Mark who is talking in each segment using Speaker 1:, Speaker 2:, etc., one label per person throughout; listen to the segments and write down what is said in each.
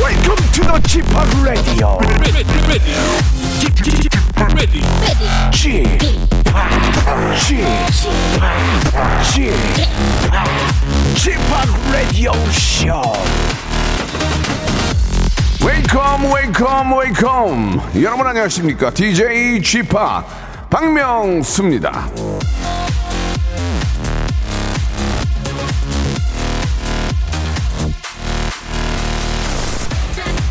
Speaker 1: welcome to the Chip Radio.
Speaker 2: ready, ready, ready, ready.
Speaker 1: Chip, Chip, Chip, Chip Radio Show.
Speaker 3: 웨이컴 웨이컴 웨이컴 여러분 안녕하십니까 DJ g p 박명수입니다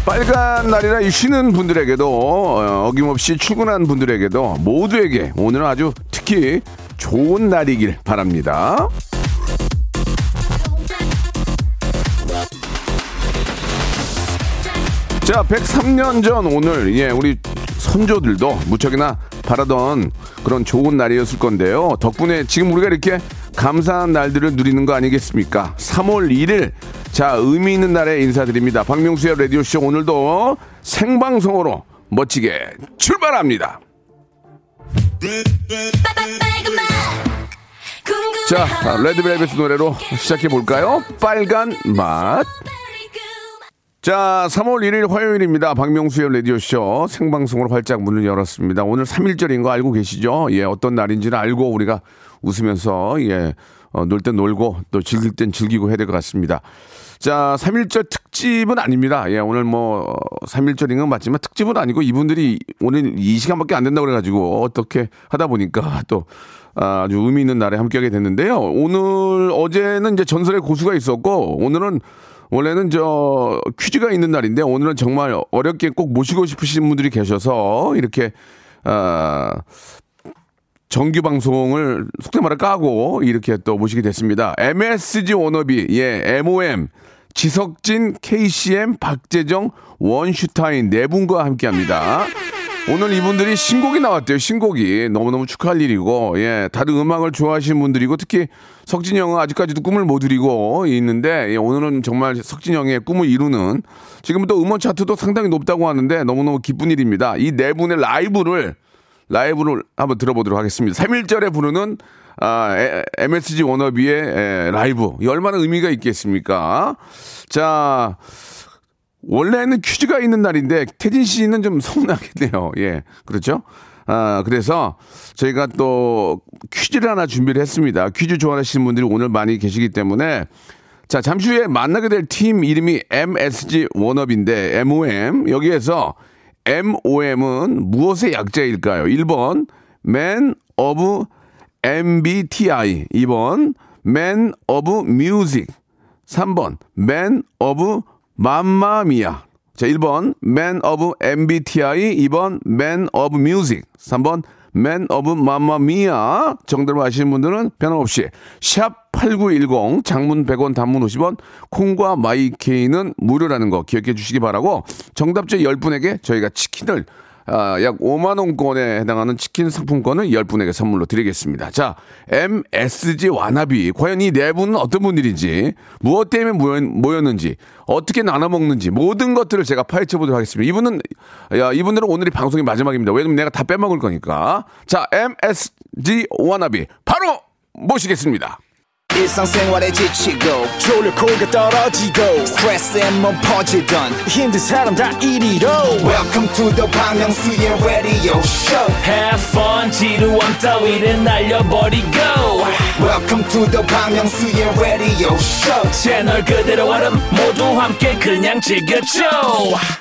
Speaker 3: 빨간 날이라 이 쉬는 분들에게도 어, 어김없이 출근한 분들에게도 모두에게 오늘은 아주 특히 좋은 날이길 바랍니다 자, 103년 전 오늘 예, 우리 선조들도 무척이나 바라던 그런 좋은 날이었을 건데요. 덕분에 지금 우리가 이렇게 감사한 날들을 누리는 거 아니겠습니까? 3월 1일 자, 의미 있는 날에 인사드립니다. 박명수의 라디오 쇼 오늘도 생방송으로 멋지게 출발합니다. 자, 아, 레드벨벳 노래로 시작해 볼까요? 빨간 맛. 자, 3월 1일 화요일입니다. 박명수의 라디오쇼 생방송으로 활짝 문을 열었습니다. 오늘 3일절인 거 알고 계시죠? 예, 어떤 날인지는 알고 우리가 웃으면서, 예, 놀 땐 놀고 또 즐길 땐 즐기고 해야 될 것 같습니다. 자, 3일절 특집은 아닙니다. 예, 오늘 뭐, 3일절인 건 맞지만 특집은 아니고 이분들이 오늘 이 시간밖에 안 된다고 그래가지고 어떻게 하다 보니까 또 아, 아주 의미 있는 날에 함께하게 됐는데요. 오늘, 어제는 이제 전설의 고수가 있었고 오늘은 원래는 저 퀴즈가 있는 날인데 오늘은 정말 어렵게 꼭 모시고 싶으신 분들이 계셔서 이렇게 아 정규 방송을 속대 말을 까고 이렇게 또 모시게 됐습니다. MSG 워너비, 예, MOM, 지석진, KCM, 박재정, 원슈타인 네 분과 함께 합니다. 오늘 이분들이 신곡이 나왔대요. 신곡이 너무너무 축하할 일이고, 예, 다들 음악을 좋아하시는 분들이고, 특히 석진 형은 아직까지도 꿈을 못 이루고 있는데, 예, 오늘은 정말 석진 형의 꿈을 이루는 지금 또 음원 차트도 상당히 높다고 하는데 너무너무 기쁜 일입니다. 이 네 분의 라이브를 라이브를 한번 들어보도록 하겠습니다. 3일절에 부르는 아, 에- MSG 워너비의 에, 라이브. 이 얼마나 의미가 있겠습니까? 자, 원래는 퀴즈가 있는 날인데 태진 씨는 좀 서운하겠네요. 예, 그렇죠? 아, 그래서 저희가 또 퀴즈를 하나 준비를 했습니다. 퀴즈 좋아하시는 분들이 오늘 많이 계시기 때문에 자, 잠시 후에 만나게 될 팀 이름이 MSG 원업인데 MOM 여기에서 MOM은 무엇의 약자일까요? 1번 Man of MBTI 2번 Man of Music 3번 Man of 맘마미아 자 1번 Man of MBTI 2번 Man of Music 3번 Man of 맘마미아 정답을 아시는 분들은 변함없이 샵8910 장문 100원 단문 50원 콩과 마이케이는 무료라는 거 기억해 주시기 바라고 정답자 10분에게 저희가 치킨을 아, 약 5만 원권에 해당하는 치킨 상품권을 10분에게 선물로 드리겠습니다. 자, MSG 와나비 과연 이 네 분은 어떤 분들인지 무엇 때문에 모였, 모였는지 어떻게 나눠 먹는지 모든 것들을 제가 파헤쳐 보도록 하겠습니다. 이분은 야, 이분들은 오늘이 방송이 마지막입니다. 왜냐면 내가 다 빼먹을 거니까. 자, MSG 와나비 바로 모시겠습니다.
Speaker 4: 일상생활에 지치고, 졸려 코가 떨어지고, 스트레스에 몸 퍼지던, 힘든 사람 다 이리로. welcome to the Bang Myung-soo's radio show
Speaker 5: Have fun 지루함 따위를 날려버리고
Speaker 4: welcome to the Bang Myung-soo's radio show
Speaker 5: 채널 그대로 얼음 모두 함께 그냥 즐겨줘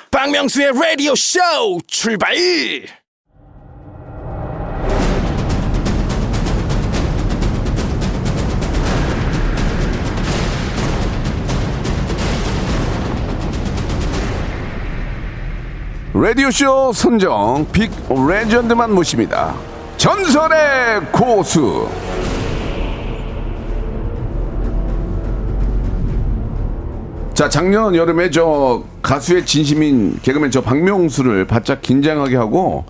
Speaker 2: 박명수의 라디오 쇼 출발!
Speaker 3: 라디오쇼 선정 빅 레전드만 모십니다. 전설의 고수. 자, 작년 여름에 저 가수의 진심인 개그맨 저 박명수를 바짝 긴장하게 하고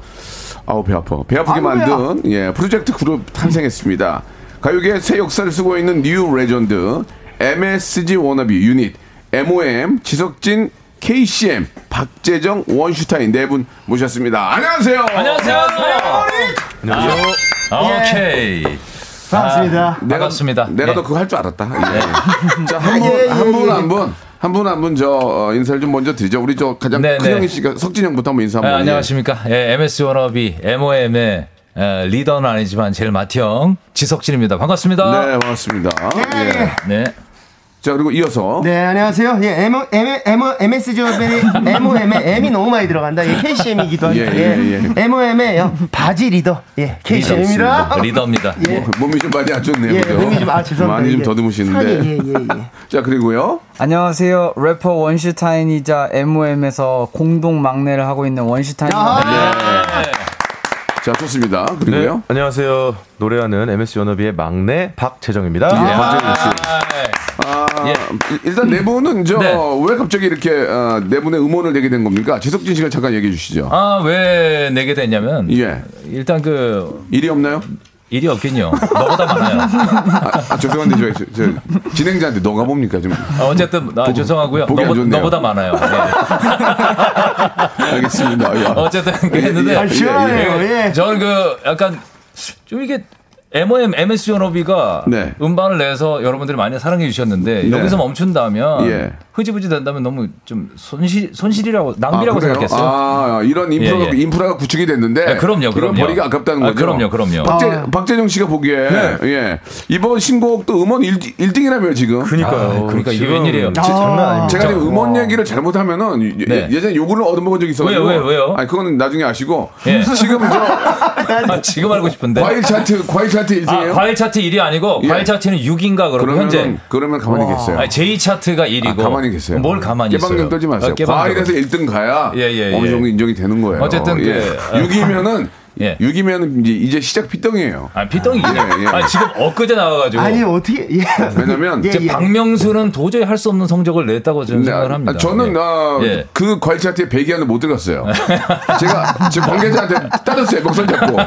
Speaker 3: 아우 배 아파 배 아프게 만든 예 프로젝트 그룹 탄생했습니다. 가요계 새 역사를 쓰고 있는 뉴 레전드 MSG 워너비 유닛 MOM 지석진 KCM 박재정 원슈타인 네 분 모셨습니다. 안녕하세요.
Speaker 5: 예. 안녕하세요 오케이
Speaker 6: 반갑습니다.
Speaker 3: 내가,
Speaker 5: 반갑습니다.
Speaker 3: 내가
Speaker 5: 네.
Speaker 3: 더 그거 할 줄 알았다. 예. 자, 한 분, 한 분, 한 분. 한 분, 한 분, 저, 어, 인사를 좀 먼저 드리죠. 우리 저 가장
Speaker 5: 네,
Speaker 3: 큰
Speaker 5: 네.
Speaker 3: 형이 씨가 석진 형부터 한번 인사
Speaker 5: 네,
Speaker 3: 한번. 예.
Speaker 5: 안녕하십니까. 예, MS 워너비 MOM의 에, 리더는 아니지만 제일 맏형 지석진입니다. 반갑습니다.
Speaker 3: 네, 반갑습니다. 예.
Speaker 5: 네.
Speaker 3: 자, 그리고 이어서.
Speaker 6: 네, 안녕하세요. 예, M, M, M, MS 조합의 MOM에 M이 너무 많이 들어간다. 예, KCM이기도 합니다.
Speaker 3: 예, 예, 예.
Speaker 6: MOM에 요 바지 리더. 예, KCM입니다.
Speaker 5: 리더입니다.
Speaker 6: 예.
Speaker 3: 몸이 좀 많이 안 좋네요.
Speaker 6: 예,
Speaker 3: 그죠?
Speaker 6: 몸이 좀, 아, 죄송합니다.
Speaker 3: 많이 좀
Speaker 6: 이게
Speaker 3: 더듬으시는데.
Speaker 6: 살이, 예, 예, 예.
Speaker 3: 자, 그리고요.
Speaker 7: 안녕하세요. 래퍼 원슈타인이자 MOM에서 공동 막내를 하고 있는 원슈타인입니다.
Speaker 3: 자, 좋습니다. 그리고요.
Speaker 8: 안녕하세요. 노래하는 MS 연합의 막내 박재정입니다.
Speaker 5: 예.
Speaker 8: 아,
Speaker 3: 아, 음, 일단 네 분은 저,
Speaker 5: 네.
Speaker 3: 왜 갑자기 이렇게 어, 네 분의 음원을 내게 된 겁니까? 지석진 씨가 잠깐 얘기해 주시죠.
Speaker 5: 아, 왜 내게 됐냐면
Speaker 3: 예.
Speaker 5: 일단 그
Speaker 3: 일이 없나요?
Speaker 5: 일이 없긴요. 너보다 많아요.
Speaker 3: 아, 아, 죄송한데, 저, 저, 저 진행자한테 너가 뭡니까? 좀.
Speaker 5: 아, 어쨌든 아, 죄송하고요.
Speaker 3: 보기 안
Speaker 5: 너보,
Speaker 3: 좋네요.
Speaker 5: 너보다 많아요. 예.
Speaker 3: 알겠습니다. 야.
Speaker 5: 어쨌든 그랬는데
Speaker 3: 예, 예, 예.
Speaker 6: 시원하네요. 예.
Speaker 5: 저는 그 약간 좀 이게 MOM, MS 연호비가
Speaker 3: 네.
Speaker 5: 음반을 내서 여러분들이 많이 사랑해 주셨는데 여기서 멈춘다면
Speaker 3: 예.
Speaker 5: 흐지부지 된다면 너무 좀 손실 손실이라고
Speaker 3: 아,
Speaker 5: 낭비라고
Speaker 3: 그래요?
Speaker 5: 생각했어요.
Speaker 3: 아, 이런 인프라가,
Speaker 5: 예, 예.
Speaker 3: 인프라가 구축이 됐는데.
Speaker 5: 네, 그럼요,
Speaker 3: 이걸
Speaker 5: 그럼요.
Speaker 3: 버리기 아깝다는
Speaker 5: 아,
Speaker 3: 거죠.
Speaker 5: 그럼요, 네. 그럼요.
Speaker 3: 박재,
Speaker 6: 아.
Speaker 3: 박재정 씨가 보기에, 예. 이번 신곡도 음원 1등이라며요, 지금.
Speaker 8: 그러니까요.
Speaker 5: 아, 그러니까 이게
Speaker 8: 지금
Speaker 5: 웬일이에요.
Speaker 8: 진짜 장난 아닙니다.
Speaker 3: 제가 지금 음원 얘기를 잘못하면은 예-
Speaker 5: 네.
Speaker 3: 예전에 욕을 얻어먹은 적이 있어가지고
Speaker 5: 왜요, 왜요, 왜요?
Speaker 3: 아니 그거는 나중에 아시고
Speaker 5: 예.
Speaker 3: 지금 저
Speaker 5: 아, 지금 알고 싶은데.
Speaker 3: 과일 차트 과일 차트 1등이에요.
Speaker 5: 아, 과일 차트 1위 아니고
Speaker 3: 예.
Speaker 5: 과일 차트는 6인가 그럼
Speaker 3: 그러면
Speaker 5: 현재.
Speaker 3: 그러면 가만히 계세요.
Speaker 5: 아니, 제2 차트가 1위고.
Speaker 3: 아, 가만히 계세요.
Speaker 5: 뭘 가만히 있어요.
Speaker 3: 깨방정 떨지 마세요.
Speaker 5: 아, 깨방정.
Speaker 3: 과일에서 1등 가야
Speaker 5: 예, 예,
Speaker 3: 어느
Speaker 5: 예.
Speaker 3: 정도 인정이 되는 거예요.
Speaker 5: 어쨌든 그-
Speaker 3: 예. 6이면은
Speaker 5: 예.
Speaker 3: 6이면은 이제, 이제 시작 피덩이에요.
Speaker 5: 아, 피똥이.
Speaker 3: 예, 예.
Speaker 5: 아, 지금 엊그제 나와가지고.
Speaker 6: 아니, 어떻게, 예.
Speaker 3: 왜냐면
Speaker 6: 예,
Speaker 5: 이제
Speaker 6: 예.
Speaker 5: 박명수는 도저히 할 수 없는 성적을 냈다고 저는
Speaker 3: 네,
Speaker 5: 생각을
Speaker 3: 아,
Speaker 5: 합니다.
Speaker 3: 저는
Speaker 5: 예.
Speaker 3: 아,
Speaker 5: 예.
Speaker 3: 그 과일 차트에 배기하는 못 들어갔어요. 제가 제 관계자한테 따졌어요. 목선 잡고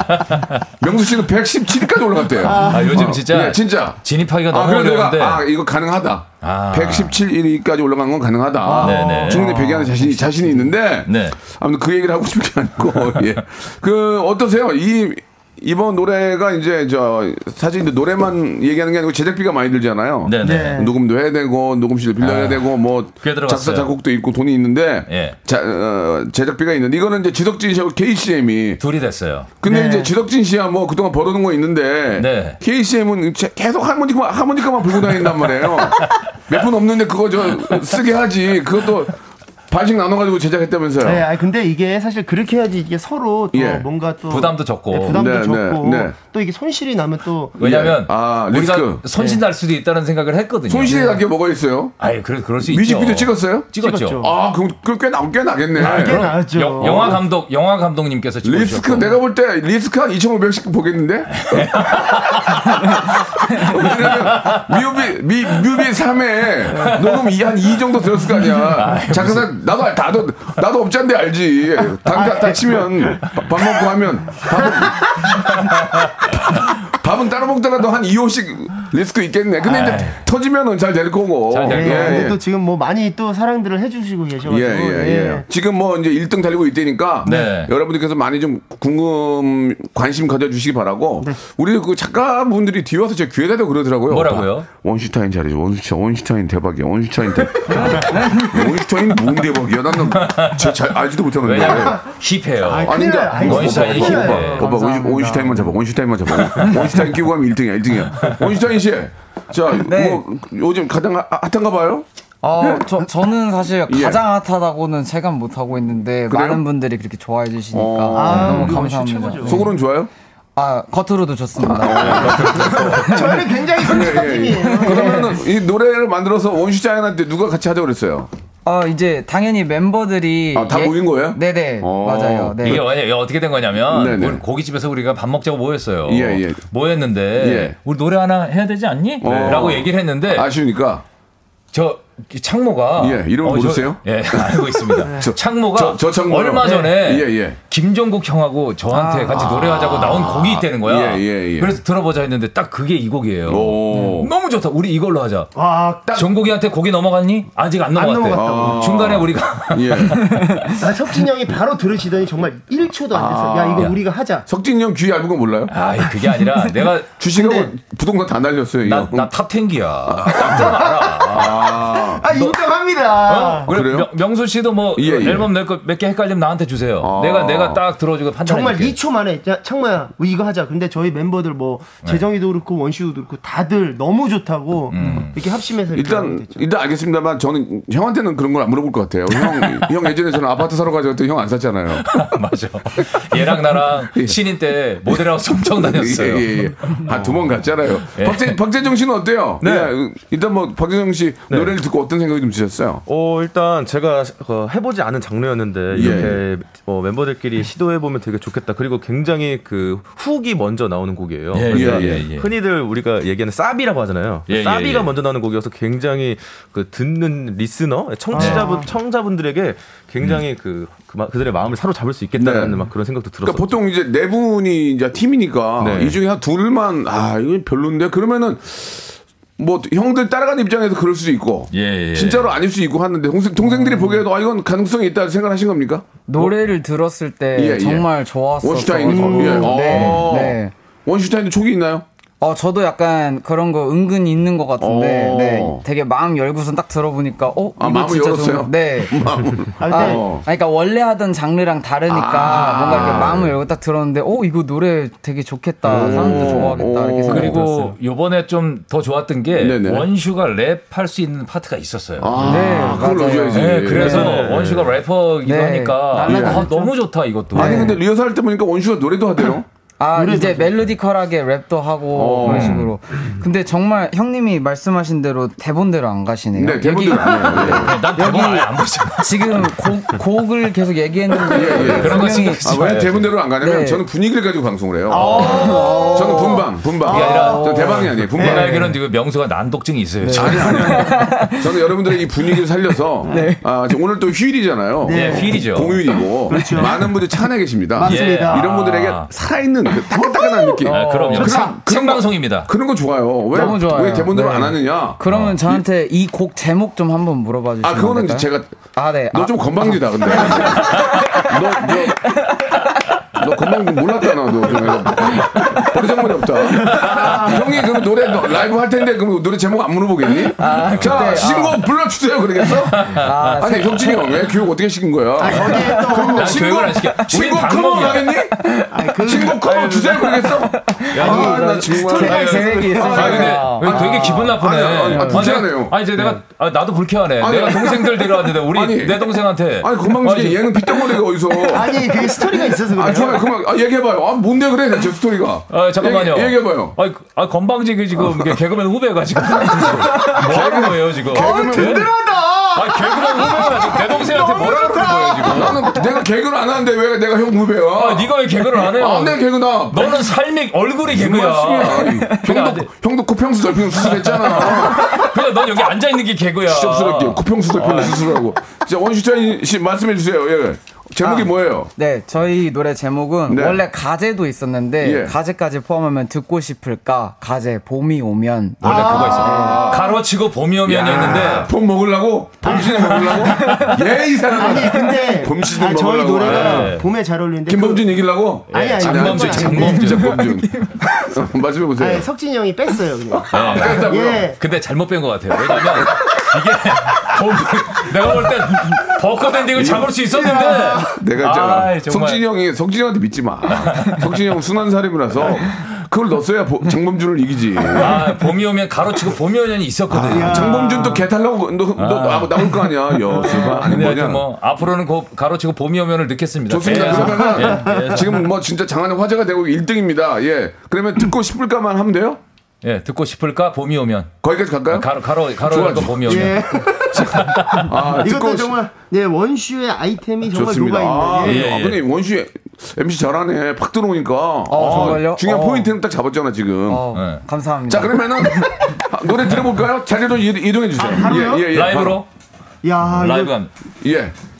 Speaker 3: 명수 씨는 117위까지 올라갔대요.
Speaker 5: 아, 요즘
Speaker 3: 어,
Speaker 5: 진짜,
Speaker 3: 예, 진짜.
Speaker 5: 진입하기가
Speaker 3: 아,
Speaker 5: 너무
Speaker 3: 그래서 내가
Speaker 5: 어려운데
Speaker 3: 아 이거 가능하다.
Speaker 5: 아.
Speaker 3: 117위까지 올라간 건 가능하다.
Speaker 5: 네네.
Speaker 3: 중년에 배기하는 자신이 자신이 있는데
Speaker 5: 네.
Speaker 3: 아무튼 그 얘기를 하고 싶은 게 아니고 예. 그 어떠세요? 이 이번 노래가 이제 저 사실 이제 노래만 얘기하는 게 아니고 제작비가 많이 들잖아요.
Speaker 5: 네네. 아.
Speaker 6: 네.
Speaker 3: 녹음도 해야 되고 녹음실을 빌려야 되고 뭐
Speaker 5: 꽤 들어갔어요.
Speaker 3: 작사 작곡도 있고 돈이 있는데
Speaker 5: 예.
Speaker 3: 자, 어, 제작비가 있는데 이거는 이제 지덕진 씨하고 KCM이
Speaker 5: 둘이 됐어요.
Speaker 3: 근데
Speaker 6: 네.
Speaker 3: 이제 지덕진 씨야 뭐 그동안 벌어놓은 거 있는데
Speaker 5: 네.
Speaker 3: KCM은 계속 하모니카만 하모니카만 불고 다닌단 말이에요 몇 분 없는데 그거 저 쓰게 하지 그것도 반씩 나눠가지고 제작했다면서요
Speaker 6: 네, 아니, 근데 이게 사실 그렇게 해야지 이게 서로 또
Speaker 3: 예.
Speaker 6: 뭔가 또
Speaker 5: 부담도 적고.
Speaker 6: 예, 부담도
Speaker 3: 네,
Speaker 6: 적고
Speaker 3: 네, 네.
Speaker 6: 또 이게 손실이 나면 또
Speaker 5: 왜냐면
Speaker 3: 예. 아,
Speaker 5: 우리가
Speaker 3: 리스크.
Speaker 5: 손실 날 수도 있다는 생각을 했거든요. 예.
Speaker 3: 손실이 나게 뭐가 있어요
Speaker 5: 아유, 그래 그럴 수 있죠.
Speaker 3: 뮤직비디오 찍었어요
Speaker 5: 찍었죠. 아,
Speaker 6: 찍었죠.
Speaker 3: 아 그럼 그꽤 나- 꽤 나겠네 어.
Speaker 6: 꽤 나았죠. 네,
Speaker 5: 영- 영화 감독 영화 감독님께서 찍으셨고.
Speaker 3: 리스크 내가 볼 때 리스크 한 2,500씩 보겠는데? 왜냐면 뮤비 미, 뮤비 3회 녹음 이- 한2 정도 들었을 거 아니야. 작가사 나도 알- 나도 나도 업자인데 알지. 당다 다치면 밥 먹고 하면 밥은 밥은 따로 먹더라도 한 2호씩 리스크 있겠네. 근데 이제 터지면은 잘 될 거고.
Speaker 5: 잘될
Speaker 6: 예,
Speaker 5: 거고.
Speaker 3: 예,
Speaker 6: 근데
Speaker 3: 예.
Speaker 6: 또 지금 뭐 많이 또 사랑들을 해주시고 계셔가지고
Speaker 3: 예, 예,
Speaker 6: 예.
Speaker 3: 예. 지금 뭐 이제 1등 달리고 있다니까
Speaker 5: 네.
Speaker 3: 여러분들께서 많이 좀 궁금 관심 가져주시기 바라고
Speaker 6: 네.
Speaker 3: 우리 그 작가분들이 뒤에 와서 제 귀에다 대고 그러더라고요.
Speaker 5: 뭐라고요?
Speaker 3: 오빠, 원슈타인 잘해줘. 원슈타인, 원슈타인 대박이야. 원슈타인 대박. 원슈타인 뭔 대박이야? 나는 제 잘 알지도 못하는데.
Speaker 5: 왜냐면 힙해요.
Speaker 6: 아이, 큰일
Speaker 3: 아닌가?
Speaker 6: 나요.
Speaker 5: 원슈타인이 네.
Speaker 3: 오빠,
Speaker 5: 힘들어요.
Speaker 3: 오빠, 오빠, 오빠,
Speaker 6: 감사합니다.
Speaker 3: 원슈타인만 잡아. 원슈타인만 잡아. 원슈타인 끼고 가면 1등이야, 1등이야. 원슈타인 씨. 자,
Speaker 7: 네.
Speaker 3: 뭐 요즘 가장 핫- 핫한가 봐요?
Speaker 7: 어, 저, 저는 사실
Speaker 3: 네. 예.
Speaker 7: 가장 핫하다고는 체감 못하고 있는데
Speaker 3: 그래요?
Speaker 7: 많은 분들이 그렇게 좋아해 주시니까
Speaker 3: 어.
Speaker 7: 너무 감사합니다. 네.
Speaker 3: 속으로는 좋아요?
Speaker 7: 아, 겉으로도 좋습니다.
Speaker 3: 아, 네.
Speaker 6: 그 저희는 굉장히 솔직한
Speaker 3: 예, 예.
Speaker 6: 팀이에요.
Speaker 3: 그러면은 이 노래를 만들어서 원슈자인한테 누가 같이 하자고 그랬어요?
Speaker 7: 어, 이제 당연히 멤버들이
Speaker 3: 아, 다 모인 거예요?
Speaker 7: 네네,
Speaker 3: 어.
Speaker 7: 맞아요. 네.
Speaker 5: 이게 왜- 어떻게 된 거냐면
Speaker 3: 네네.
Speaker 5: 우리 고깃집에서 우리가 밥 먹자고 모였어요.
Speaker 3: 예, 예.
Speaker 5: 모였는데
Speaker 3: 예.
Speaker 5: 우리 노래 하나 해야 되지 않니?
Speaker 3: 어.
Speaker 5: 라고 얘기를 했는데
Speaker 3: 아쉬우니까
Speaker 5: 저 창모가
Speaker 3: 예, 이름을
Speaker 5: 저-
Speaker 3: 모르세요?
Speaker 5: 예, 알고
Speaker 6: 네.
Speaker 5: 있습니다.
Speaker 3: 저-
Speaker 5: 창모가
Speaker 3: 저- 저 창모요?
Speaker 5: 얼마
Speaker 3: 예.
Speaker 5: 전에
Speaker 3: 예, 예.
Speaker 5: 김종국 형하고 저한테
Speaker 6: 아.
Speaker 5: 같이 노래하자고 나온 곡이 있다는 거야.
Speaker 3: 예, 예, 예.
Speaker 5: 그래서 들어보자 했는데 딱 그게 이 곡이에요.
Speaker 3: 오.
Speaker 5: 너무 너무 좋다. 우리 이걸로 하자.
Speaker 6: 와, 딱.
Speaker 5: 정국이한테 고기 넘어갔니? 아직 안 넘어갔대.
Speaker 6: 넘어갔다고.
Speaker 5: 아. 중간에 우리가
Speaker 3: 예.
Speaker 6: 아, 석진이 형이 바로 들으시더니 정말 1초도 안 됐어.
Speaker 3: 아.
Speaker 6: 야, 이거 우리가 하자.
Speaker 3: 석진이 형 귀 얇은 거 몰라요?
Speaker 5: 아, 그게 아니라 내가
Speaker 3: 주식하고
Speaker 6: 근데-
Speaker 3: 부동산 다 날렸어요. 이 형.
Speaker 5: 나나탑 텐기야. 깜짝 알아. 어?
Speaker 6: 아, 인정합니다.
Speaker 5: 그래,
Speaker 3: 그래요?
Speaker 5: 명- 명수 씨도 뭐
Speaker 3: 예, 예.
Speaker 5: 앨범 낼 거 몇 개 헷갈리면 나한테 주세요.
Speaker 3: 아.
Speaker 5: 내가 내가 딱 들어주고 판단해.
Speaker 6: 정말
Speaker 5: 줄게.
Speaker 6: 2초 만에 야, 창모야 우리 이거 하자 근데 저희 멤버들 뭐
Speaker 3: 네.
Speaker 6: 재정이도 그렇고 원시도 그렇고 다들 너무 좋다고 이렇게 합심해서 이렇게 하게
Speaker 3: 음. 일단
Speaker 6: 됐죠.
Speaker 3: 일단 알겠습니다만 저는 형한테는 그런 걸 안 물어볼 것 같아요. 형, 형 예전에 저는 아파트 사러 가자고 했더니 형 안 샀잖아요.
Speaker 5: 맞아. 얘랑 나랑
Speaker 3: 예.
Speaker 5: 신인 때 모델하우스 엄청 다녔어요.
Speaker 3: 한두 번 예, 갔잖아요.
Speaker 5: 예.
Speaker 3: 박재, 박재정 씨는 어때요?
Speaker 8: 네.
Speaker 3: 예, 일단 뭐 박재정 씨
Speaker 5: 네.
Speaker 3: 노래를 듣고 어떤 생각이 좀 드셨어요?
Speaker 8: 어, 일단 제가 어, 해보지 않은
Speaker 5: 예.
Speaker 8: 장르였는데 이렇게 어, 멤버들끼리 시도해보면 되게 좋겠다. 그리고 굉장히 그 훅이 먼저 나오는 곡이에요.
Speaker 5: 예, 예,
Speaker 8: 그래서
Speaker 5: 예, 예.
Speaker 8: 흔히들 우리가 얘기하는 사비라고 하잖아요.
Speaker 5: 예, 예,
Speaker 8: 사비가
Speaker 5: 예.
Speaker 8: 먼저 나오는 곡이어서 굉장히 그 듣는 리스너,
Speaker 5: 아.
Speaker 8: 청취자분, 청자분들에게 굉장히 그, 그 마- 그들의 마음을 사로잡을 수 있겠다는
Speaker 3: 네.
Speaker 8: 막 그런 생각도 들었어요.
Speaker 3: 그러니까 보통 이제 네 분이 이제 팀이니까
Speaker 8: 네.
Speaker 3: 이 중에 한 둘만 아 이거 별론데 그러면은 뭐 형들 따라가는 입장에서 그럴 수도 있고
Speaker 5: 예, 예.
Speaker 3: 진짜로 아닐 수도 있고 하는데 동생, 동생들이
Speaker 7: 음.
Speaker 3: 보기에도 아 이건 가능성이 있다 생각하신 겁니까?
Speaker 7: 노래를 들었을 때
Speaker 3: 예, 예.
Speaker 7: 정말 좋았었어요.
Speaker 3: 원슈타인 예.
Speaker 7: 네,
Speaker 3: 어.
Speaker 7: 네.
Speaker 3: 원슈타인도 촉이 있나요?
Speaker 7: 어, 저도 약간 그런 거 은근 있는 것 같은데,
Speaker 3: 어.
Speaker 7: 네. 되게 마음 열고선 딱 들어보니까, 어?
Speaker 3: 아,
Speaker 7: 이거
Speaker 3: 마음을
Speaker 7: 진짜
Speaker 3: 열었어요?
Speaker 7: 좋은- 네.
Speaker 6: 아,
Speaker 7: 아,
Speaker 6: 근데
Speaker 3: 어. 아.
Speaker 7: 아니, 그러니까 원래 하던 장르랑 다르니까 뭔가 이렇게 마음을 열고 딱 들었는데, 오 이거 노래 되게 좋겠다, 사람들 좋아하겠다 이렇게 생각 들었어요.
Speaker 5: 그리고 요번에 좀 더 좋았던 게
Speaker 3: 네네.
Speaker 5: 원슈가 랩할 수 있는 파트가 있었어요.
Speaker 3: 아, 예.
Speaker 7: 네, 맞아요.
Speaker 3: 그걸 넣어줘야지.
Speaker 5: 네, 그래서
Speaker 8: 네.
Speaker 5: 원슈가 래퍼이기도
Speaker 7: 네.
Speaker 5: 하니까
Speaker 7: 날라다녔죠.
Speaker 5: 아, 너무 좋다 이것도.
Speaker 3: 아니
Speaker 7: 네.
Speaker 3: 근데 리허설 할 때 보니까 원슈가 노래도 하대요.
Speaker 7: 아 이제 멜로디컬하게 랩도 하고
Speaker 3: 어.
Speaker 7: 그런 식으로. 근데 정말 형님이 말씀하신 대로 대본대로 안 가시네요.
Speaker 3: 네, 대본대로 안 해요. 예.
Speaker 5: 난 대본 아예 안 보잖아.
Speaker 7: 지금 곡, 곡을 계속 얘기했는데
Speaker 3: 예, 예.
Speaker 5: 네, 그런 거
Speaker 7: 분명히-
Speaker 5: 신경 쓰지
Speaker 3: 아, 왜
Speaker 5: 마요.
Speaker 3: 대본대로 안 가냐면
Speaker 7: 음. 네. 아.
Speaker 3: 저는 분위기를 가지고 방송을 해요. 저는 분방, 분방.
Speaker 5: 이게 아니라-
Speaker 3: 저 대방이 아니에요. 분방.
Speaker 5: 내가 알기로는 지금 명수가 난독증이 있어요. 지금.
Speaker 3: 네. 아니 아니 아니. 저는 여러분들의 이 분위기를 살려서 아, 지금 오늘 또 휴일이잖아요.
Speaker 5: 네, 휴일이죠.
Speaker 3: 공휴일이고 많은 분들이 차 안에 계십니다.
Speaker 6: 맞습니다.
Speaker 5: 예.
Speaker 3: 이런 분들에게 살아있는 그 따끈따끈한 느낌.
Speaker 5: 아, 그럼요.
Speaker 3: 그런-
Speaker 5: 생-
Speaker 3: 그런 거-
Speaker 5: 생방송입니다.
Speaker 3: 그런 거 좋아요. 왜,
Speaker 7: 너무 좋아요.
Speaker 3: 왜 대본대로
Speaker 7: 네.
Speaker 3: 안 하느냐?
Speaker 7: 그러면 저한테 이 곡 제목 좀 한번 물어봐 주시면
Speaker 3: 아 그거는
Speaker 7: 안 될까요?
Speaker 3: 제가
Speaker 7: 아 네.
Speaker 3: 너 좀 건방지다 근데 너너너 건방지 몰랐다 나도 버리 장면이 없다 형이 그럼 노래 너 라이브 할 텐데 그럼 노래 제목 안 물어보겠니? 자
Speaker 5: 아,
Speaker 7: 그때,
Speaker 3: 신곡 불러주세요 그러겠어? 아, 니 형진이 형왜 교육 어떻게 시킨 거야?
Speaker 6: 거기에 또
Speaker 3: 그럼 뭐
Speaker 5: 난 아, 교육을 안 시켜. 우린
Speaker 3: 신곡 커버
Speaker 5: 방법이야. 아, 그
Speaker 3: 하겠니? 신곡 커버 주세요 그러겠어? 아나 정말
Speaker 7: 스토리가 계획이
Speaker 5: 아, 근데
Speaker 7: 있으니까.
Speaker 5: 왜 되게 기분 나쁘네.
Speaker 3: 아니, 아니, 아니, 불쾌하네요.
Speaker 5: 아니, 이제 내가 아, 나도 불쾌하네.
Speaker 3: 아니,
Speaker 5: 내가 동생들 데려왔는데 우리
Speaker 3: 아니,
Speaker 5: 내 동생한테
Speaker 3: 아니 건방지게 얘는 피땀거리가 어디서
Speaker 6: 아니 그게 스토리가 있어서
Speaker 3: 아,
Speaker 6: 그래요.
Speaker 3: 좋아요. 그만, 아, 얘기해봐요. 아, 뭔데 그래, 대체 스토리가.
Speaker 5: 아, 잠깐만요.
Speaker 3: 얘기, 얘기해봐요.
Speaker 5: 아니, 그- 아, 건방지게 지금 이게 개그맨 후배가 지금 뭐 하는 거예요 지금?
Speaker 3: 개그맨 후배?
Speaker 5: 아, 개그맨 후배가 지금 내 동생한테 뭐라는 거예요 지금?
Speaker 3: 나는 내가 개그를 안 하는데 왜 내가 형 후배야?
Speaker 5: 아, 네가 왜 개그를 안 해요?
Speaker 3: 아, 내 개그나.
Speaker 5: 너는 삶이 얼굴이 개그야. 아,
Speaker 3: 말씀이야.
Speaker 5: 그냥
Speaker 3: 형도,
Speaker 5: 아직-
Speaker 3: 형도 코평수 절핑 수술했잖아.
Speaker 5: 그냥 넌 여기 앉아 있는 게 개그야. 아.
Speaker 3: 시접스럽게 코평수 절핑 수술하고. 자, 원슈타인 씨 말씀해주세요. 예.
Speaker 5: 아.
Speaker 3: 제목이 뭐예요?
Speaker 7: 네, 저희 노래 제목은
Speaker 3: 네.
Speaker 7: 원래 가제도 있었는데
Speaker 3: 예.
Speaker 7: 가제까지 포함하면 듣고 싶을까? 가제 봄이 오면
Speaker 5: 원래 그거 있어. 아. 가로치고 봄이 오면이었는데
Speaker 3: 아, 봄 먹으려고? 봄신에 먹으려고? 예, 이
Speaker 6: 아니
Speaker 3: 사람은.
Speaker 6: 근데
Speaker 3: 봄시즌
Speaker 6: 아, 저희
Speaker 3: 먹으려고. 예.
Speaker 6: 노래가
Speaker 5: 네.
Speaker 6: 봄에 잘 어울리는데 그
Speaker 3: 김범준 이기려고?
Speaker 6: 아니, 아니,
Speaker 3: 장범준, 장범준.
Speaker 5: 장범준.
Speaker 3: 장범준.
Speaker 6: 그,
Speaker 3: 말씀해보세요. 아,
Speaker 6: 아니, 석진이 형이 뺐어요 그냥.
Speaker 5: 네.
Speaker 3: 뺐다고요?
Speaker 6: 예.
Speaker 5: 근데 잘못 뺀 것 같아요. 왜냐면 이게 봄- 내가 볼 땐 벚꽃 엔딩을 잡을 수 있었는데
Speaker 3: 내가
Speaker 5: 아이,
Speaker 3: 있잖아.
Speaker 5: 정말.
Speaker 3: 석진이 형이 석진이 형한테 믿지 마. 석진이 형 순한 사람이라서 그걸 넣었어야 보- 장범준을 이기지.
Speaker 5: 아 봄이 오면 가로치고 봄이 오면이 있었거든요.
Speaker 3: 아, 예. 장범준도 개 탈라고 너, 너 아, 나올 거 아니야. 여수가 아니 뭐냐.
Speaker 5: 근데 하여튼 뭐 앞으로는 곧 가로치고 봄이 오면을 느꼈습니다.
Speaker 3: 좋습니다.
Speaker 5: 계속.
Speaker 3: 그러면은
Speaker 5: 예,
Speaker 3: 지금 뭐 진짜 장안의 화제가 되고 1등입니다. 예. 그러면 듣고 싶을까만 하면 돼요?
Speaker 5: 예, 예, 듣고 싶을까 봄이 오면
Speaker 3: 거기까지 갈까요?
Speaker 5: 가로 가로 가로
Speaker 3: 좋아,
Speaker 5: 고 봄이 오면
Speaker 6: 예.
Speaker 3: 아,
Speaker 6: 이것도
Speaker 3: 싶-
Speaker 6: 정말 네 원슈의 아이템이 정말
Speaker 3: 좋습니다.
Speaker 6: 녹아
Speaker 3: 아,
Speaker 6: 있는. 예.
Speaker 5: 예,
Speaker 3: 아,
Speaker 5: 예.
Speaker 3: 근데 원씨 MC 잘하네. 팍 들어오니까. 아,
Speaker 7: 정말요?
Speaker 3: 중요한
Speaker 7: 어.
Speaker 3: 포인트는 딱 잡았잖아 지금.
Speaker 7: 어,
Speaker 5: 네.
Speaker 7: 감사합니다.
Speaker 3: 자 그러면은 아, 노래 들어볼까요? 자리로 이- 이동해 주세요.
Speaker 6: 아, 바로요?
Speaker 3: 예, 예, 예.
Speaker 5: 라이브로
Speaker 6: 예. 야,
Speaker 5: 라이브
Speaker 6: 이거,
Speaker 5: 감.
Speaker 3: 예.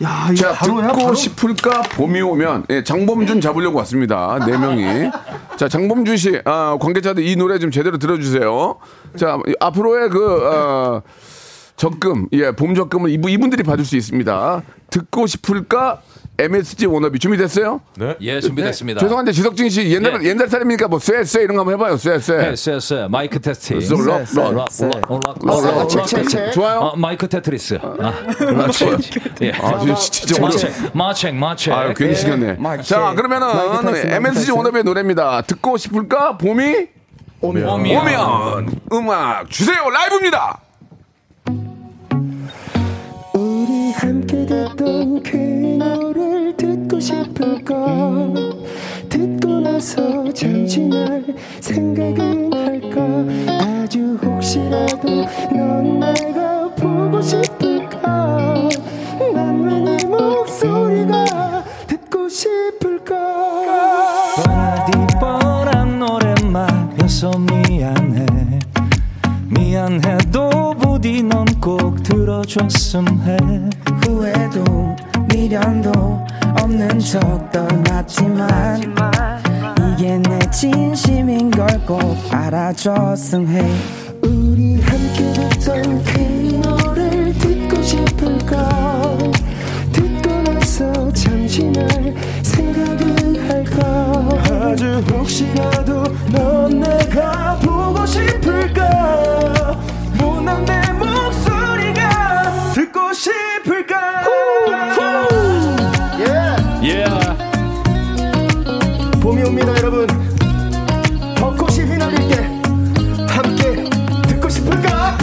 Speaker 6: 야, 이거
Speaker 3: 자,
Speaker 6: 바로 해요?
Speaker 3: 듣고
Speaker 6: 바로?
Speaker 3: 싶을까? 봄이 오면. 예, 장범준 잡으려고 왔습니다. 네 명이. 자, 장범준 씨, 아, 관계자들 이 노래 좀 제대로 들어주세요. 자, 이 앞으로의 그, 어, 적금, 예, 봄 적금을 이분, 이분들이 받을 수 있습니다. 듣고 싶을까? MSG 워너비 준비됐어요?
Speaker 5: 예, 준비됐습니다.
Speaker 3: 네, 죄송한데 지석진 씨 옛날
Speaker 5: 네.
Speaker 3: 옛날 사람이니까 뭐 쎄, 쎄 이런 거 한번 해봐요. 쎄, 쎄.
Speaker 5: 예, 쎄, 쎄. 마이크 테스팅.
Speaker 3: 네, 쎄, 어, 락,
Speaker 7: 쎄,
Speaker 3: 락.
Speaker 5: 락, 락, 락, 락,
Speaker 3: 락,
Speaker 5: 락,
Speaker 3: 락.
Speaker 5: 락, 락.
Speaker 3: 좋아요.
Speaker 5: 어, 마이크 테트리스. 아, 그렇죠. 예.
Speaker 3: 아, 진짜, 진짜 오늘
Speaker 5: 마책, 마책, 마책.
Speaker 3: 아유, 괜히 시켰네.
Speaker 7: 마이크
Speaker 3: 자,
Speaker 7: 체크. 마이크
Speaker 3: 그러면은
Speaker 7: 타이슨,
Speaker 3: MSG
Speaker 7: 마이크
Speaker 3: 워너비의 노래입니다. 듣고 싶을까? 봄이
Speaker 5: 오미야.
Speaker 3: 오면 음악 주세요. 라이브입니다.
Speaker 9: 우리 함께 듣던 그 노래를 듣고 싶을 걸 듣고 나서 잠시 날 생각은 할까 아주 혹시라도 넌 내가 보고 싶을까 난왜 네 목소리가 듣고 싶을까
Speaker 10: 뻔하디 뻔한 노래말여서 미안해 미안해도 부디 넌 꼭 들어줬음 해
Speaker 9: 후회도 미련도 없는 척 떠났지만 이게 내 진심인 걸 꼭 알아줬음 해 우리 함께 듣던 그 노래를 듣고 싶을까 듣고 나서 잠시 날 생각은 할까 아주 혹시라도 넌 내가 보고 싶을까 못난 내 목소리가 듣고 싶을까
Speaker 5: 예.
Speaker 6: 봄이 옵니다, 여러분. 벚꽃이 휘날릴 때 함께 듣고 싶을까?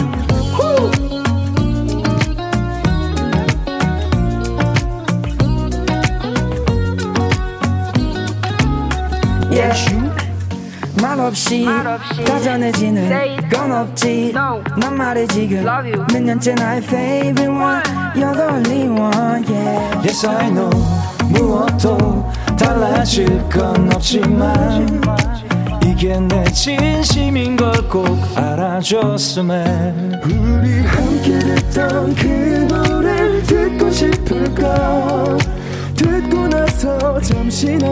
Speaker 9: 말없이 다전해지는 건 없지 난 말해 지금 몇 년째 나의 favorite one You're the only one yeah
Speaker 10: Yes I know 무엇도 달라질 건 없지만 이게 내 진심인 걸 꼭 알아줬음 해
Speaker 9: 우리 함께 듣던 그 노래를 듣고 싶을까 듣고 나서 잠시 나